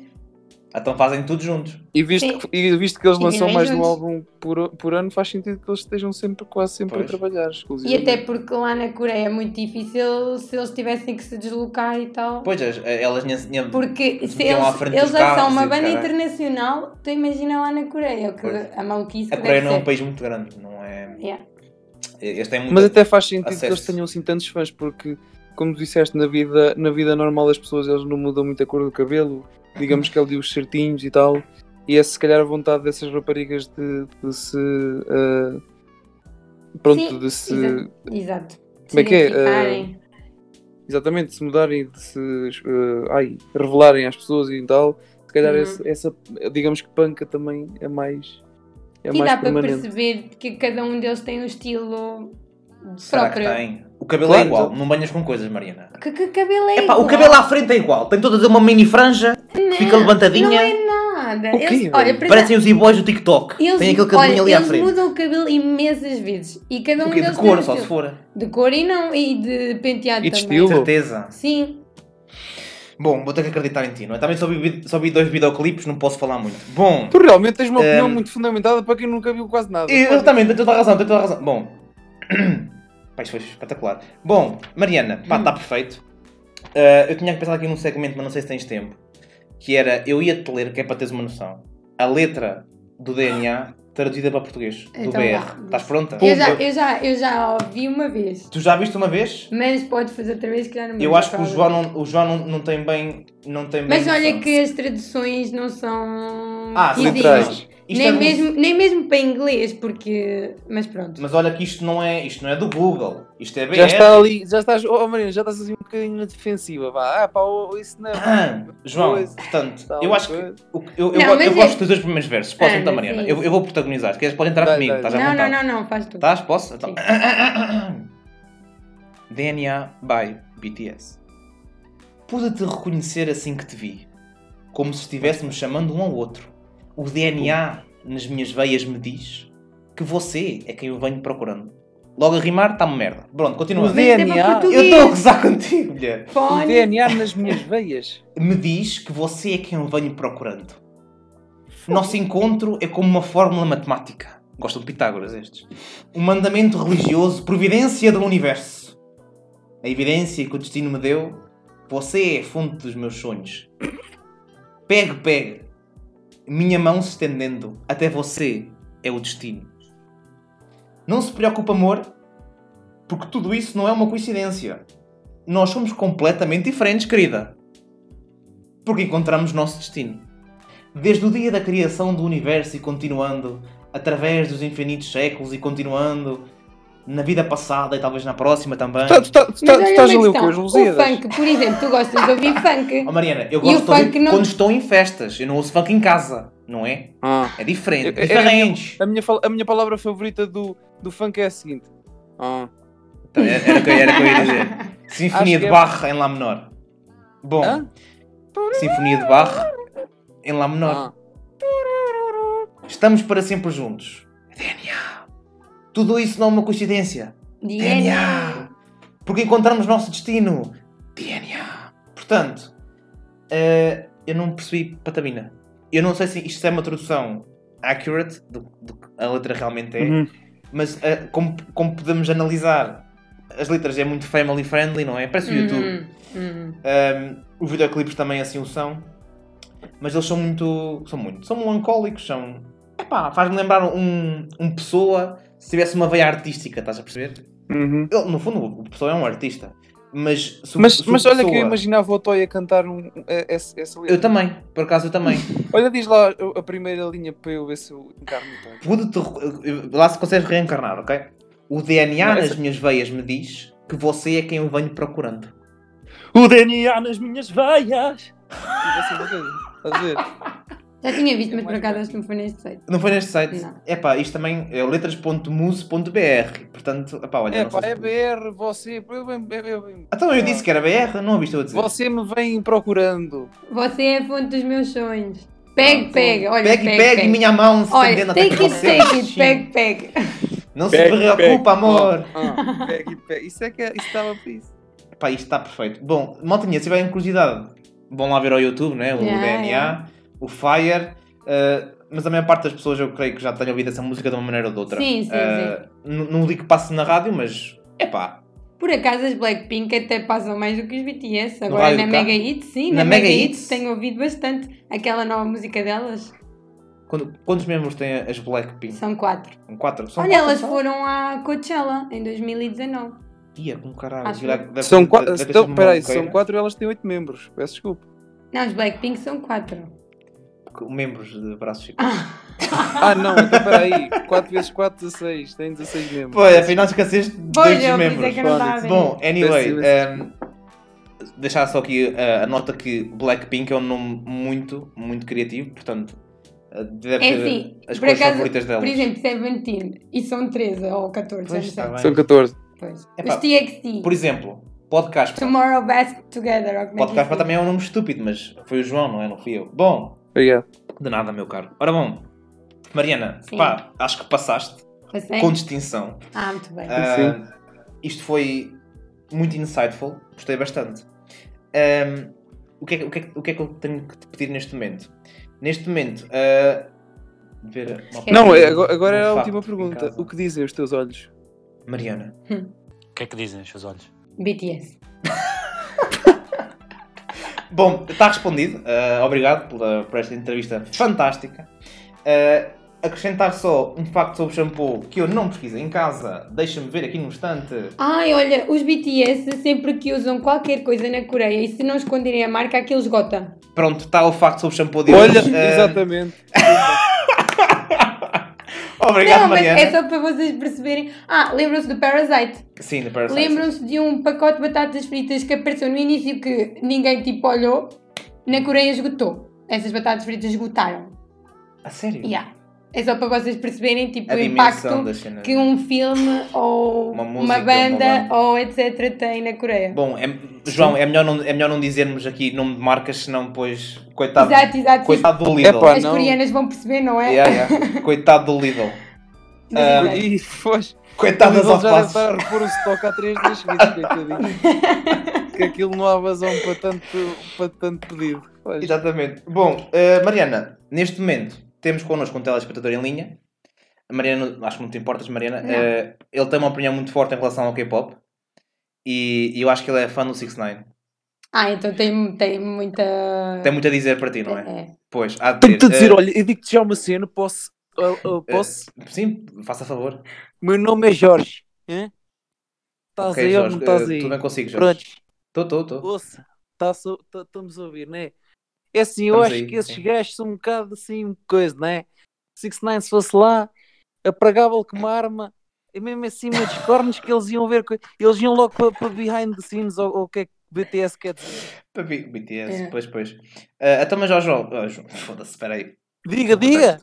B: Então fazem tudo juntos.
A: E visto,
C: Sim.
A: que, e visto que eles
C: E
A: lançam
C: vivem
A: mais de um
C: juntos.
A: álbum por, por ano, faz sentido que eles estejam sempre, quase sempre
B: Pois.
A: a trabalhar.
C: E
A: exclusivamente.
C: até porque lá na Coreia é muito difícil se eles tivessem que se deslocar e tal.
B: Pois, as- elas nem- nem-
C: Porque
B: se
C: se
B: metiam à
C: eles,
B: frente
C: eles
B: dos
C: já são
B: carros
C: uma
B: e
C: banda
B: caralho.
C: internacional, tu imagina lá na Coreia, o que
B: Pois.
C: a maluquice que
B: A Coreia
C: deve
B: não é um
C: ser.
B: país muito grande, não é?
C: Yeah.
B: Eles têm é muito.
A: Mas até faz sentido que eles
B: acesso.
A: tenham assim tantos fãs, porque, como tu disseste, na vida, na vida normal as pessoas eles não mudam muito a cor do cabelo, digamos que ali os certinhos e tal. E é se calhar a vontade dessas raparigas de, de se. ah, pronto,
C: Sim,
A: de se.
C: exato. Exato.
A: Como é que é?
C: Significarem.
A: Exatamente, de se mudarem, de se. ah, ai, revelarem às pessoas e tal. Se calhar
C: Uhum.
A: essa, essa, digamos que panca também é mais. É
C: e
A: mais
C: dá para
A: permanente.
C: perceber que cada um deles tem um estilo
B: Será que
C: próprio.
B: tem? O cabelo
A: Claro,
B: é igual,
A: exato.
B: não banhas com coisas, Mariana.
C: Que, que cabelo é
B: Epá,
C: igual?
B: o cabelo à frente é igual, tem toda uma mini franja,
C: Não,
B: fica
C: Não
B: levantadinha,
C: é nada.
A: O quê?
C: Eles, olha, para
B: parecem os e-boys do TikTok.
C: eles,
B: tem aquele cabelinho
C: olha,
B: ali à
C: eles
B: frente.
C: mudam o cabelo imensas vezes. E cada um
B: O quê?
C: deles
B: De cor,
C: tem um
B: só se
C: estilo.
B: for.
C: De cor e não, e de penteado
A: E de
C: também.
A: estilo?
B: Certeza.
C: Sim.
B: Bom, vou ter que acreditar em ti, não é? Também só vi, só vi dois videoclipes, não posso falar muito. Bom,
A: Tu realmente tens uma
B: Eh,
A: opinião muito fundamentada para quem nunca viu quase nada.
B: eu, eu também, tem toda a razão, tem toda a razão. Bom, pá, isto foi espetacular. Bom, Mariana, pá,
C: Hum.
B: está perfeito. Uh, eu tinha que pensar aqui num segmento, mas não sei se tens tempo. Que era, eu ia-te ler, que é para teres uma noção, a letra do DNA traduzida para português, do
C: Então vá.
B: BR. Estás pronta?
C: Eu já, eu, já, eu já ouvi uma vez.
B: Tu já viste uma vez?
C: Mas pode fazer outra vez que já não me
B: Eu
C: lembro
B: acho que o
C: qual. é.
B: João não, o João não, não tem bem... Não tem
C: Mas
B: bem
C: olha
B: noção.
C: que as traduções não são.
B: Ah, sim,
C: fidedignas.
A: literais.
B: isto
C: Nem,
B: é um-
C: mesmo, nem mesmo para inglês, porque. Mas pronto.
B: Mas olha que isto não é, isto não é do Google, isto é BR.
A: Já está ali, já estás, oh Mariana, já estás assim um bocadinho na defensiva, vá, ah pá, oh, isso não
B: Ah, João,
A: Pois.
B: portanto,
A: Tá,
B: eu acho que
A: pois.
B: o que- eu, eu,
C: Não,
B: go-
C: mas
B: eu
C: é-
B: gosto dos dois primeiros versos. Posso
C: Ah,
B: então,
C: mas
B: Mariana?
C: é
B: Eu,
C: isso.
B: eu vou protagonizar. Se queres, pode entrar
A: Vai,
B: comigo.
A: vai.
B: Estás à
C: Não, não,
B: vontade.
C: não, não, faz tu.
B: Estás? Posso? Então-
C: Sim.
B: DNA by BTS. Pude-te reconhecer assim que te vi, como se estivéssemos chamando um ao outro. O DNA nas minhas veias me diz que você é quem eu venho procurando. Logo a rimar está-me merda. Pronto, continua.
A: O
C: Mas é para
A: DNA.
B: Eu estou a
C: português.
B: gozar contigo, mulher.
A: O
C: Fone.
A: DNA nas minhas veias.
B: Me diz que você é quem eu venho procurando. Nosso encontro é como uma fórmula matemática. Gostam de Pitágoras estes. Um mandamento religioso, providência do universo. A evidência que o destino me deu, você é a fonte dos meus sonhos. Pegue, pegue. Minha mão se estendendo, até você é o destino. Não se preocupe, amor, porque tudo isso não é uma coincidência. Nós somos completamente diferentes, querida porque encontramos nosso destino. Desde o dia da criação do universo e continuando, através dos infinitos séculos e continuando, na vida passada e talvez na próxima também.
A: Tá, tu, tá, tu,
C: Mas
A: tá, tu
C: olha
A: estás a
C: uma
A: ler o que? As
C: questão. O
A: Lusíadas?
C: funk, por exemplo, tu gostas de ouvir funk.
B: Oh, Mariana, eu
C: E
B: gosto
C: o
B: de ouvir
C: funk não-
B: quando estou em festas. Eu não ouço funk em casa, não é?
A: Ah.
B: É diferente.
A: É- é-
B: diferente.
A: A, minha, fal- a minha palavra favorita do, do funk é a seguinte. Ah.
B: Então, era, era o que, era o que eu ia dizer. Sinfonia
A: Acho
B: de
A: que é-
B: Barra em Lá menor. Bom,
A: Hã?
B: Sinfonia de Barra em Lá menor.
A: Ah.
B: Estamos para sempre juntos. DNA. Tudo isso não é uma coincidência.
C: DNA.
B: Porque encontramos nosso destino. DNA. Portanto, eh, eu não percebi patamina. Eu não sei se isto é uma tradução accurate do do que a letra realmente é,
A: Uhum.
B: mas eh, como, como podemos analisar, as letras é muito family friendly, não é? Parece o YouTube.
C: Uhum, uhum.
B: Um, os videoclipes também assim o são. Mas eles são muito. são muito. São melancólicos, são. Epá, faz-me lembrar um, um pessoa se tivesse uma veia artística, estás a perceber?
A: Uhum.
B: Ele, no fundo, o pessoa é um artista. Mas, se o-
A: Mas,
B: se o
A: mas olha que eu
B: Pessoa-
A: imaginava o Toy a cantar um, eh, essa, essa letra.
B: Eu também, por acaso eu também.
A: Olha, diz lá a- a primeira linha para eu ver se eu encarno o Toy.
B: Pude-te. re- Lá se consegues reencarnar, ok? O DNA
A: Não,
B: nas
A: essa-
B: minhas veias me diz que você é quem eu venho procurando.
A: O DNA nas minhas veias. Tipo assim, uma coisa. Estás a ver?
C: Já tinha visto, mas
A: É
C: por
A: mais
C: acaso acho que não foi neste site.
B: Não foi neste site?
C: Não.
B: Epá, isto também é o letras.muse.br. Portanto, epá, olha.
A: É
B: não
A: pá,
B: sei
A: é
B: se-
A: BR, você. eu bem- eu- eu bem-
B: Então eu disse que era assim. BR, não ouviste eu a dizer?
A: Você me vem procurando.
C: Você é a fonte dos meus sonhos. Pegue, pegue. Olha,
B: Ah, Pegue, pegue, minha mão se
C: é Olha,
B: estendendo
C: take
B: até
C: it,
B: você.
C: take it, pegue, pegue.
B: Não se
D: Pega,
B: preocupa,
D: pega.
B: amor!
A: Ah, pega e pega. Isso é que é- isso estava por isso.
B: Pá, isto está perfeito. Bom, maltinha, se tiverem curiosidade, vão lá ver ao YouTube, né? O
C: Yeah,
B: DNA,
C: yeah.
B: o Fire. eh, mas a maior parte das pessoas eu creio que já tenha ouvido essa música de uma maneira ou de outra.
C: Sim, sim,
B: Eh, n- Não digo que passe na rádio, mas é pá.
C: Por acaso as Blackpink até passam mais do que os BTS.
B: No
C: Agora
B: rádio
C: na
B: cá?
C: Mega Hits, sim,
B: Na
C: na,
B: Mega
C: Mega, Hits.
B: Hits?
C: tenho ouvido bastante aquela nova música delas.
B: Quando- Quantos membros têm as Blackpink?
C: São quatro.
B: São quatro? São
C: Olha,
B: quatro
C: elas
B: só?
C: foram à Coachella em 2019.
B: Ia, como é caralho.
C: Acho
B: aquilo
C: que-
B: deve-
A: São
B: deve-
A: quatro.
B: deve ter sido
A: Então,
B: uma
A: peraí,
B: maluqueira.
A: são quatro e elas têm oito membros. Peço desculpa.
C: Não, os Blackpink são quatro.
B: Membros de braços e
C: Ah,
A: Ah, não, então peraí. 4 vezes 4, 16. Tem 16 membros.
B: Pois, é, afinal esqueceste
C: pois
B: dois dos
C: é, por isso é
B: membros.
C: que eu não estava a ver.
B: assim. Bom, anyway,
A: Peço
B: ehm, deixar só aqui eh, a nota que Blackpink é um nome muito, muito criativo, portanto, eh, deve
C: é
B: ter
C: assim,
B: as
C: por
B: cores
C: acaso,
B: favoritas delas.
C: por exemplo, Seventeen e são 13 ou 14,
B: Pois,
C: já
B: está
C: não sei.
B: bem.
A: São 14.
C: Pois.
B: Epá,
C: Os TXT,
B: Por exemplo, podcast.
C: Tomorrow Back Together. Ou como é que
B: Podcast
C: é?
B: também é um nome estúpido, mas foi o João, não é? Não fui eu. Bom,
A: Obrigado.
B: de nada, meu caro. Ora bom, Mariana,
C: Sim.
B: pá, acho que passaste
C: Passei?
B: com distinção.
C: é? Ah, muito bem.
B: Ah,
A: Sim.
B: isto foi muito insightful, gostei bastante. Ahm, o, que é, que- o, que é, que- o que é que eu tenho que te pedir neste momento? Neste momento, ah, ver uma
C: É.
A: Não,
B: pergunta,
A: é, agora, agora
B: um
A: era a
B: facto
A: última
B: em
A: pergunta.
B: casa.
A: O que dizem os teus olhos?
B: Mariana,
D: O que é que dizem os seus olhos?
C: BTS.
B: Bom, está respondido. Uh, obrigado pela- por esta entrevista fantástica. Uh, acrescentar só um facto sobre o shampoo que eu não pesquisei em casa. Deixa-me ver aqui no instante.
C: Ai, olha, os BTS sempre que usam qualquer coisa na Coreia e se não esconderem a marca, aquilo esgota.
B: Pronto, está o facto sobre o shampoo de
A: Olha,
B: hoje. Uh,
A: exatamente.
B: Obrigado,
C: não, mas
B: Mariana.
C: é só para vocês perceberem. Ah, lembram-se do Parasite.
B: Sim, da Parasite.
C: Lembram-se de um pacote de batatas fritas que apareceu no início que ninguém tipo olhou. Na Coreia esgotou. Essas batatas fritas esgotaram.
B: A sério?
C: Yeah. É só para vocês perceberem tipo,
B: A
C: o
B: dimensão
C: impacto
B: das cenas.
C: que um filme ou
B: Uma
C: uma,
B: música, uma
C: banda
B: banda.
C: ou etc. tem na Coreia.
B: Bom, é- João, é melhor, não, é melhor não dizermos aqui nome de marcas, senão depois. Coitado,
C: exato, exato.
B: coitado do Lidl.
A: Epá,
C: As
A: não.
C: coreanas vão perceber, não é?
B: Yeah, yeah. Coitado do Lidl.
C: Mas é.
B: Ah,
C: exato.
A: E foge.
B: Coitado das
A: Eles já devem
B: alfaces.
A: estar a repor o stock há 3 dias seguidos. Que, é que, eu digo. que aquilo não há vazão para tanto, para tanto pedido. Foge.
B: Exatamente. Bom, eh, Mariana, neste momento temos connosco um telespectador em linha. A Mariana, acho que não te importas, Mariana.
C: Não.
B: eh, ele tem uma opinião muito forte em relação ao K-pop. E, e eu acho que ele é fã do 6 ix
C: Ah, então tem, tem muita.
B: Tem muito a dizer para ti, não é?
C: É.
B: Pois, há de ter.
A: Tenho-te a dizer,
B: Eh,
A: olha, eu digo-te já uma cena, posso. ah, ah, posso?
B: Sim, faça favor.
A: Meu nome é Jorge. hã? Estás
B: Ok,
A: aí ou
B: Jorge,
A: não é estás
B: eh,
A: aí?
B: Tudo bem consigo, Jorge?
A: Prontos,
B: Estou, estou, estou.
A: ouça, estás a- tá- estamos a ouvir, não é? É assim, eu
B: Estamos
A: acho
B: aí,
A: que esses
B: sim.
A: gajos são um bocado assim, coisa, não é? 69 se fosse lá, apregava-lhe com uma arma, e mesmo assim, muitos cornos que eles iam ver, co- eles iam logo para behind the scenes, ou ou o que é que BTS quer dizer.
B: Papi, BTS,
C: É.
B: pois, pois. Eh, então, mas, ó, João, ó, João, foda-se, espera aí.
A: Diga, diga!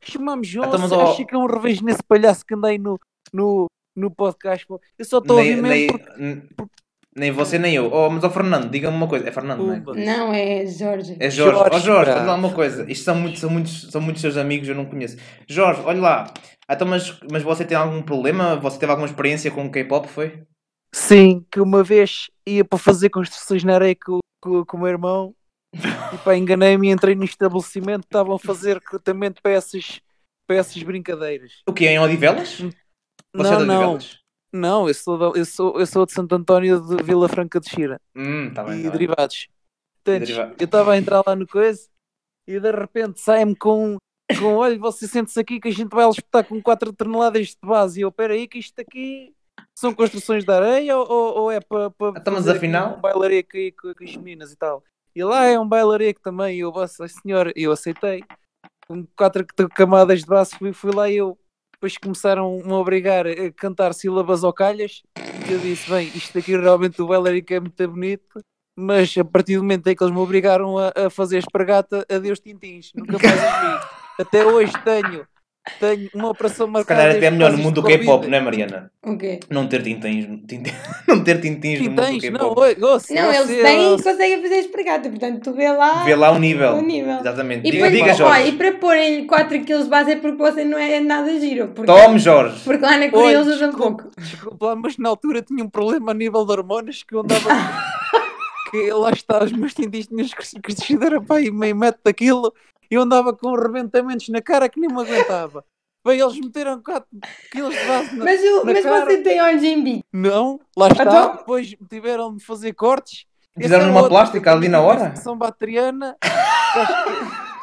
A: Chamamos João,
B: Então, mas,
A: se
B: ó-
A: acha que é um revejo nesse palhaço que andei no, no, no podcast? pô? Eu só estou a ouvir
B: Nem,
A: mesmo
B: nem,
A: porque
B: n- nem você, nem eu. Oh, mas, ó, Fernando, diga-me uma coisa. É Fernando, não é?
A: Pumba.
C: Não, é Jorge.
B: É Jorge. Ó
A: Jorge,
B: Jorge,
A: pá.
B: olha lá uma coisa. Isto são muitos, são muitos, são muitos seus amigos, eu não conheço. Jorge, olha lá. Ah, Então, mas, mas você tem algum problema? Você teve alguma experiência com o K-pop, foi?
A: Sim, que uma vez ia para fazer construções na areia com, com, com o meu irmão e pá, enganei-me e entrei no estabelecimento, estavam a fazer recrutamento para essas, para essas brincadeiras.
B: O que, em Odivelas? Você é de
A: não, não,
B: Odivelas?
A: não, eu sou, de, eu, sou, eu sou de Santo António de Vila Franca de Xira
B: Hum, tá bem,
A: e
B: tá bem.
A: derivados. Portanto,
B: Deriva-
A: eu estava a entrar lá no coisa e de repente sai-me com, com olha, você sente-se aqui que a gente vai espetar com 4 toneladas de base e eu, peraí que isto aqui são construções de areia ou, ou- ou é para pa,
B: Então, mas
A: fazer aqui
B: afinal-
A: um bailareco aí com, com as meninas e tal e lá é um bailareco também e eu, vossa senhora, eu aceitei com 4 camadas de base fui, fui lá eu depois começaram-me a obrigar a cantar sílabas ou calhas e eu disse, bem, isto aqui realmente o bailareco é muito bonito mas a partir do momento em que eles me obrigaram a, a fazer espargata, adeus tintins, nunca mais os vi. Até hoje tenho Tenho uma operação
B: Se
A: marcada.
B: calhar até é melhor no
A: desde
B: mundo do
A: Covid.
B: K-pop, não é, Mariana?
C: O quê?
B: Não ter tintins, tinte- não ter tintins no
A: Sim,
B: mundo do
A: tens, não,
B: K-pop.
A: oi, oh, ouça,
C: Não, eles
A: você,
C: têm e
A: ouça.
C: conseguem fazer espregata, portanto tu vê lá.
B: Vê lá o nível.
C: Ah, O nível.
B: Exatamente.
C: E,
B: Diga,
C: depois,
B: diga
C: olha,
B: Jorge.
C: e para porem 4 kg de base é porque você não é nada giro. Porque,
B: Tome, Jorge.
C: porque lá na
A: Oi,
C: Coreia eles usam
A: desculpe,
C: pouco.
A: Desculpa, lá, mas na altura tinha um problema a nível de hormonas que eu andava. que lá está, os meus tintis tinham cres- crescido, era pá, aí meio metro daquilo, e eu andava com rebentamentos na cara que nem me aguentava. Bem, eles meteram 4 quilos de base na.
C: Mas, o,
A: na
C: mas
A: cara.
C: você tem olhos em bico.
A: Não, lá está,
C: Então-
A: depois tiveram de fazer cortes.
B: Fizeram
A: Esse é
B: numa
A: outro,
B: plástica ali na hora?
A: São Batriana,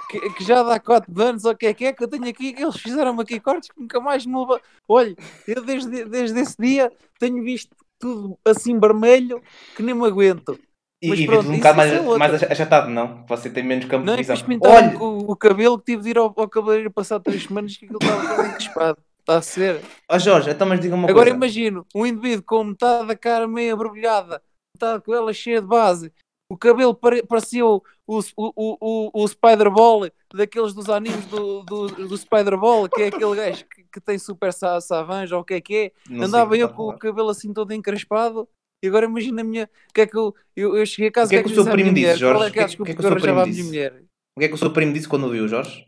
A: que, que- que já dá 4 anos, ou o que é que é, que eu tenho aqui, que eles fizeram aqui cortes que nunca mais me leva. Olha, eu desde, desde esse dia tenho visto tudo assim vermelho que nem me aguento.
B: E,
A: Mas
B: e
A: pronto,
B: vives um
A: isso-
B: bocado mais,
A: isso é outra.
B: mais achatado, não? Você tem menos campo
A: Não é
B: de
A: que
B: visão.
A: depois pintaram
B: Olha,
A: o, o cabelo que tive de ir ao, ao cabeleireiro passar 3 semanas que aquilo estava todo encrespado. Está a ser.
B: ó Jorge, então mas diga uma
A: Agora
B: coisa.
A: imagino um indivíduo com metade da cara meio abrulhada, metade com ela cheia de base, o cabelo pare- parecia o, o, o, o, o Spider-Ball daqueles dos animes do, do, do Spider-Ball, que é aquele gajo que, que tem super sa- savãs ou o que é que é.
B: Não sei tá o
A: Andava
B: que
A: eu
B: está a
A: com o
B: falar.
A: cabelo assim todo encrespado. E agora imagina a minha. O que é que eu, eu, eu cheguei a casa?
B: O que é que o seu
A: disse à minha
B: primo disse,
A: mulher?
B: Jorge?
A: Qual é que é a
B: O que é que- o que é
A: desculpa
B: que
A: que
B: o seu
A: eu arranjava à
B: primo
A: minha mulher?
B: O que é que o seu primo disse quando viu, Jorge?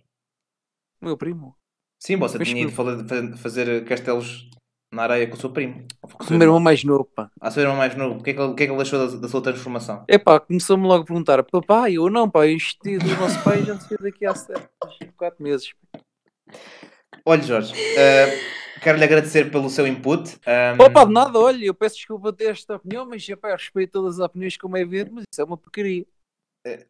A: O meu primo.
B: Sim, você
A: Mas
B: tinha ido falar- fazer, fazer castelos na areia com o seu primo. Ou com o
A: O
B: seu
A: meu
B: irmão.
A: irmão mais novo, pá.
B: Ah, seu irmão mais novo. O que é que ele, o que é que ele achou da, da sua transformação?
A: Epá, começou-me logo a perguntar, papai, eu não, pá, isto do nosso pai já se fez daqui há 7, 4 meses.
B: Olha, Jorge, eh, quero-lhe agradecer pelo seu input. Ahm,
A: Opa, de nada, olha, eu peço desculpa de ter esta opinião, mas epá, eu respeito todas as opiniões como é evidente, mas isso é uma porcaria.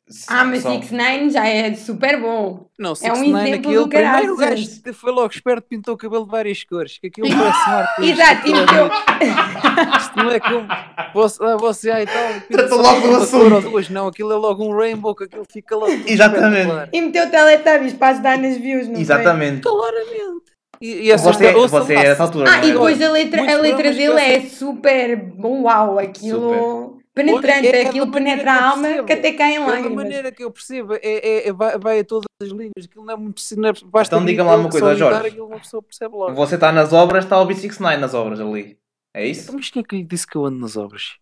B: se-
C: Ah, mas
B: são-
C: 6 9 já é super bom.
A: Não,
C: É um
A: 6ix9ine,
C: exemplo
A: aquele
C: do caralho,
A: primeiro gajo
C: gente.
A: que foi logo esperto, pintou o cabelo de várias cores, que aquilo parece um arco.
C: Exato, e meteu.
A: Isto não é como você, ah, você ah, e tal, pinta só
B: logo do
A: uma cor ou
B: assunto.
A: duas, não, aquilo é logo um rainbow, que aquilo fica logo. tudo
B: Exatamente.
A: espetacular.
C: E meteu teletubbies para ajudar nas views, não foi?
B: Exatamente.
A: Claramente. E, e essa
B: Você,
A: ouça
B: você
A: lá,
B: é dessa altura.
C: Ah,
B: não
C: e
B: é?
C: depois a letra,
A: Muitos
C: a letra
A: programas
C: dele é
A: que
C: super uau, aquilo penetrante,
A: Olha, é
C: aquilo
A: da maneira que
C: penetra
A: eu
C: a alma
A: percebo.
C: que até
B: É
C: caem
A: Eu, da
C: lágrimas.
A: maneira que eu percebo, é, é- é- vai, vai a todas as linhas. Aquilo não é muito. Não é, basta
B: Então
A: gritar,
B: diga-me lá uma
A: só
B: coisa,
A: gritar,
B: Jorge.
A: Aquilo uma pessoa percebe logo.
B: Você está nas obras, está o B69 nas obras ali. É isso?
A: Mas quem é que lhe disse que eu ando nas obras?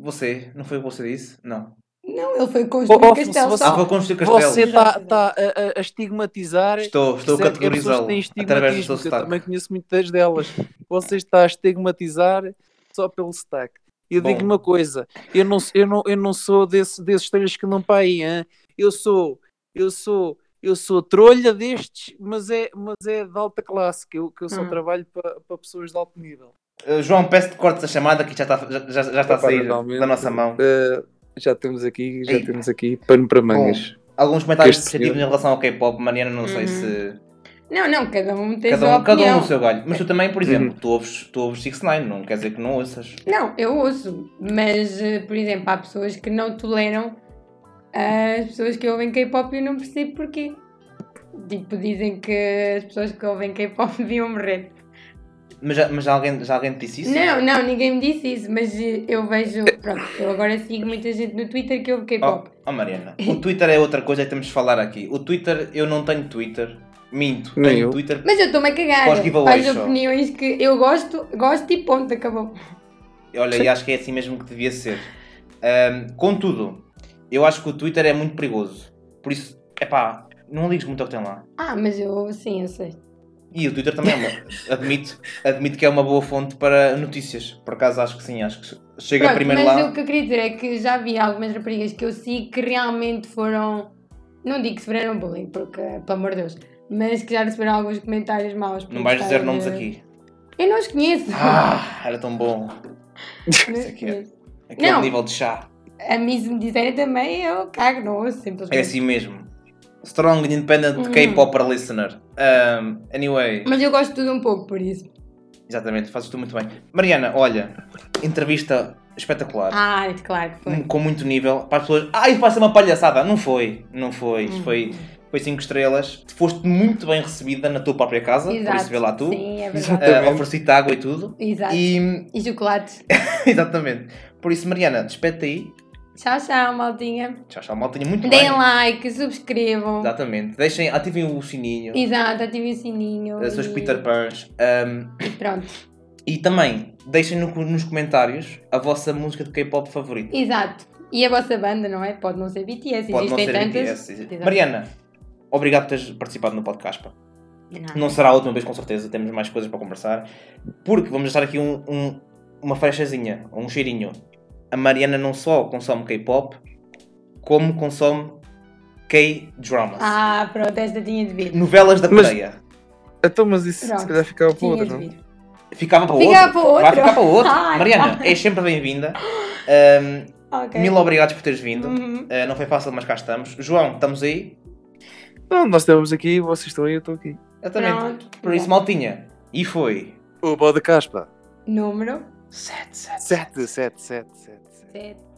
B: Você, não foi o que você disse? Não.
C: Não, ele foi construir
A: Oh,
C: o
A: oh,
C: castelo
A: se
B: Ah,
C: só.
A: você-
B: vou construir castelos.
A: Você está tá a, a- a estigmatizar.
B: Estou, estou a
A: percebe? É pessoas que
B: categorizá-lo
A: têm
B: através do seu
A: estigmatismo, que Eu
B: sotaque.
A: também conheço muitas delas. Você está a estigmatizar só pelo sotaque. Eu
B: Bom.
A: digo-lhe uma coisa: eu não, eu não, eu não sou desse, desses três que não para aí, hã? eu sou, eu sou, eu sou trolha destes, mas é, mas é de alta classe, que eu, que eu só
C: Hum.
A: trabalho para para pessoas de alto nível.
B: Uh, João, peço que cortes a chamada que já está, já, já- já está a
A: Opa,
B: sair
A: realmente.
B: da nossa mão.
A: Eh, já temos aqui, já
B: Ei.
A: temos aqui pano para mangas.
B: Alguns comentários
A: este
B: positivos
A: senhor.
B: em relação ao K-pop, Mariana, não sei
C: Uhum.
B: se.
C: Não, não, cada um tem a
B: Cada
C: sua
B: um, cada um
C: opinião.
B: no seu galho. Mas tu também, por
A: Uhum.
B: exemplo, tu ouves, tu ouves 6ix9ine, não quer dizer que não ouças.
C: Não, eu ouço, mas, eh, por exemplo, há pessoas que não toleram eh, as pessoas que ouvem K-pop e eu não percebo porquê. Tipo, dizem que as pessoas que ouvem K-pop deviam morrer.
B: Mas, já, mas já, alguém, já alguém te disse isso? é
C: Não, é não, ninguém me disse isso, mas eh, eu vejo. Pronto, eu agora sigo muita gente no Twitter que ouve
B: Oh,
C: K-pop.
B: oh, Mariana, o Twitter é outra coisa que temos de falar aqui. O Twitter, eu não tenho Twitter. Minto,
A: Nem
B: tenho
A: eu.
B: Twitter.
C: Mas eu estou-me a cagar
B: Pós giveaway
C: as
B: só.
C: opiniões que eu gosto, gosto e ponto, acabou.
B: Olha, e acho que é assim mesmo que devia ser. Ahm, contudo, eu acho que o Twitter é muito perigoso. Por isso, epá, não ligues muito ao que tem lá.
C: Ah, mas eu sim, eu sei.
B: E o Twitter também é uma, admito, admito que é uma boa fonte para notícias. Por acaso acho que sim, acho que chega
C: Pronto,
B: primeiro
C: mas
B: lá.
C: o que eu queria dizer é que já vi algumas raparigas que eu sigo que realmente foram. Não digo que sofreram bullying, porque, pelo amor de Deus, mas que já receberam alguns comentários maus. por
B: Não vais dizer
C: gostarem
B: nomes
C: de-
B: aqui.
C: Eu não os conheço.
B: Ah, era tão bom.
C: não os
B: sei que é.
C: conheço.
B: Aquele
C: Não.
B: nível de chá.
C: A mim, se me disserem também, eu cago, não ouço,
B: É
C: simplesmente.
B: assim mesmo. Strong Independent
C: Uhum.
B: K-Pop Listener. Ahm, anyway,
C: Mas eu gosto de tudo um pouco, por isso.
B: exatamente, fazes tu muito bem. Mariana, olha, entrevista espetacular.
C: Ah, claro que foi.
B: com muito nível, para as pessoas, ai, vai ser uma palhaçada. Não foi, não foi.
C: Uhum.
B: Isto foi 5 foi cinco estrelas. Foste muito bem recebida na tua própria casa, por isso vê lá tu.
C: Sim, é verdade.
B: Ah, Ofereci-te água e tudo.
C: Exato. E,
B: E,
C: chocolates.
B: exatamente. Por isso, Mariana, despede-te aí.
C: Tchau, tchau, maldinha.
B: Tchau, tchau, malta. Tinha muito
C: Deem
B: bem.
C: like, subscrevam.
B: Exatamente. Deixem, ativem o sininho.
C: Exato, ativem o sininho.
B: eh, Seus
C: e-
B: Peter Pans. Um,
C: e Pronto.
B: e também, deixem no- nos comentários a vossa música de K-pop favorita.
C: Exato. E a vossa banda, não é? Pode não ser BTS,
B: Pode não
C: existem
B: ser
C: tantas.
B: BTS. existe- Mariana, obrigado por teres participado no podcast. pá.
C: De nada.
B: Não será a última vez, com certeza. Temos mais coisas para conversar. Porque vamos deixar aqui um- um- uma frechazinha, um cheirinho. A Mariana não só consome K-pop, como consome K-dramas.
C: Ah, pronto, esta tinha de vir.
B: Novelas da
A: Mas-
B: Coreia.
A: Então, mas isso
C: Pronto.
A: se calhar ficava para
C: Tinha
A: outro,
C: de
A: não?
C: vir.
B: Ficava para
C: Ficava
B: outro.
C: para outro.
B: Vai ficar para outro.
C: Ai,
B: Mariana, és sempre bem-vinda. Ahm,
C: Ok.
B: Mil obrigados por teres vindo.
C: Uhum.
B: Ah, não foi fácil, mas cá estamos. João, estamos aí?
A: Não, nós estamos aqui, vocês estão aí, eu estou aqui.
B: Exatamente.
C: Pronto.
B: Por isso, maltinha. E foi.
A: O Bode Caspa.
C: Número
A: sete sete sete sete
C: 7.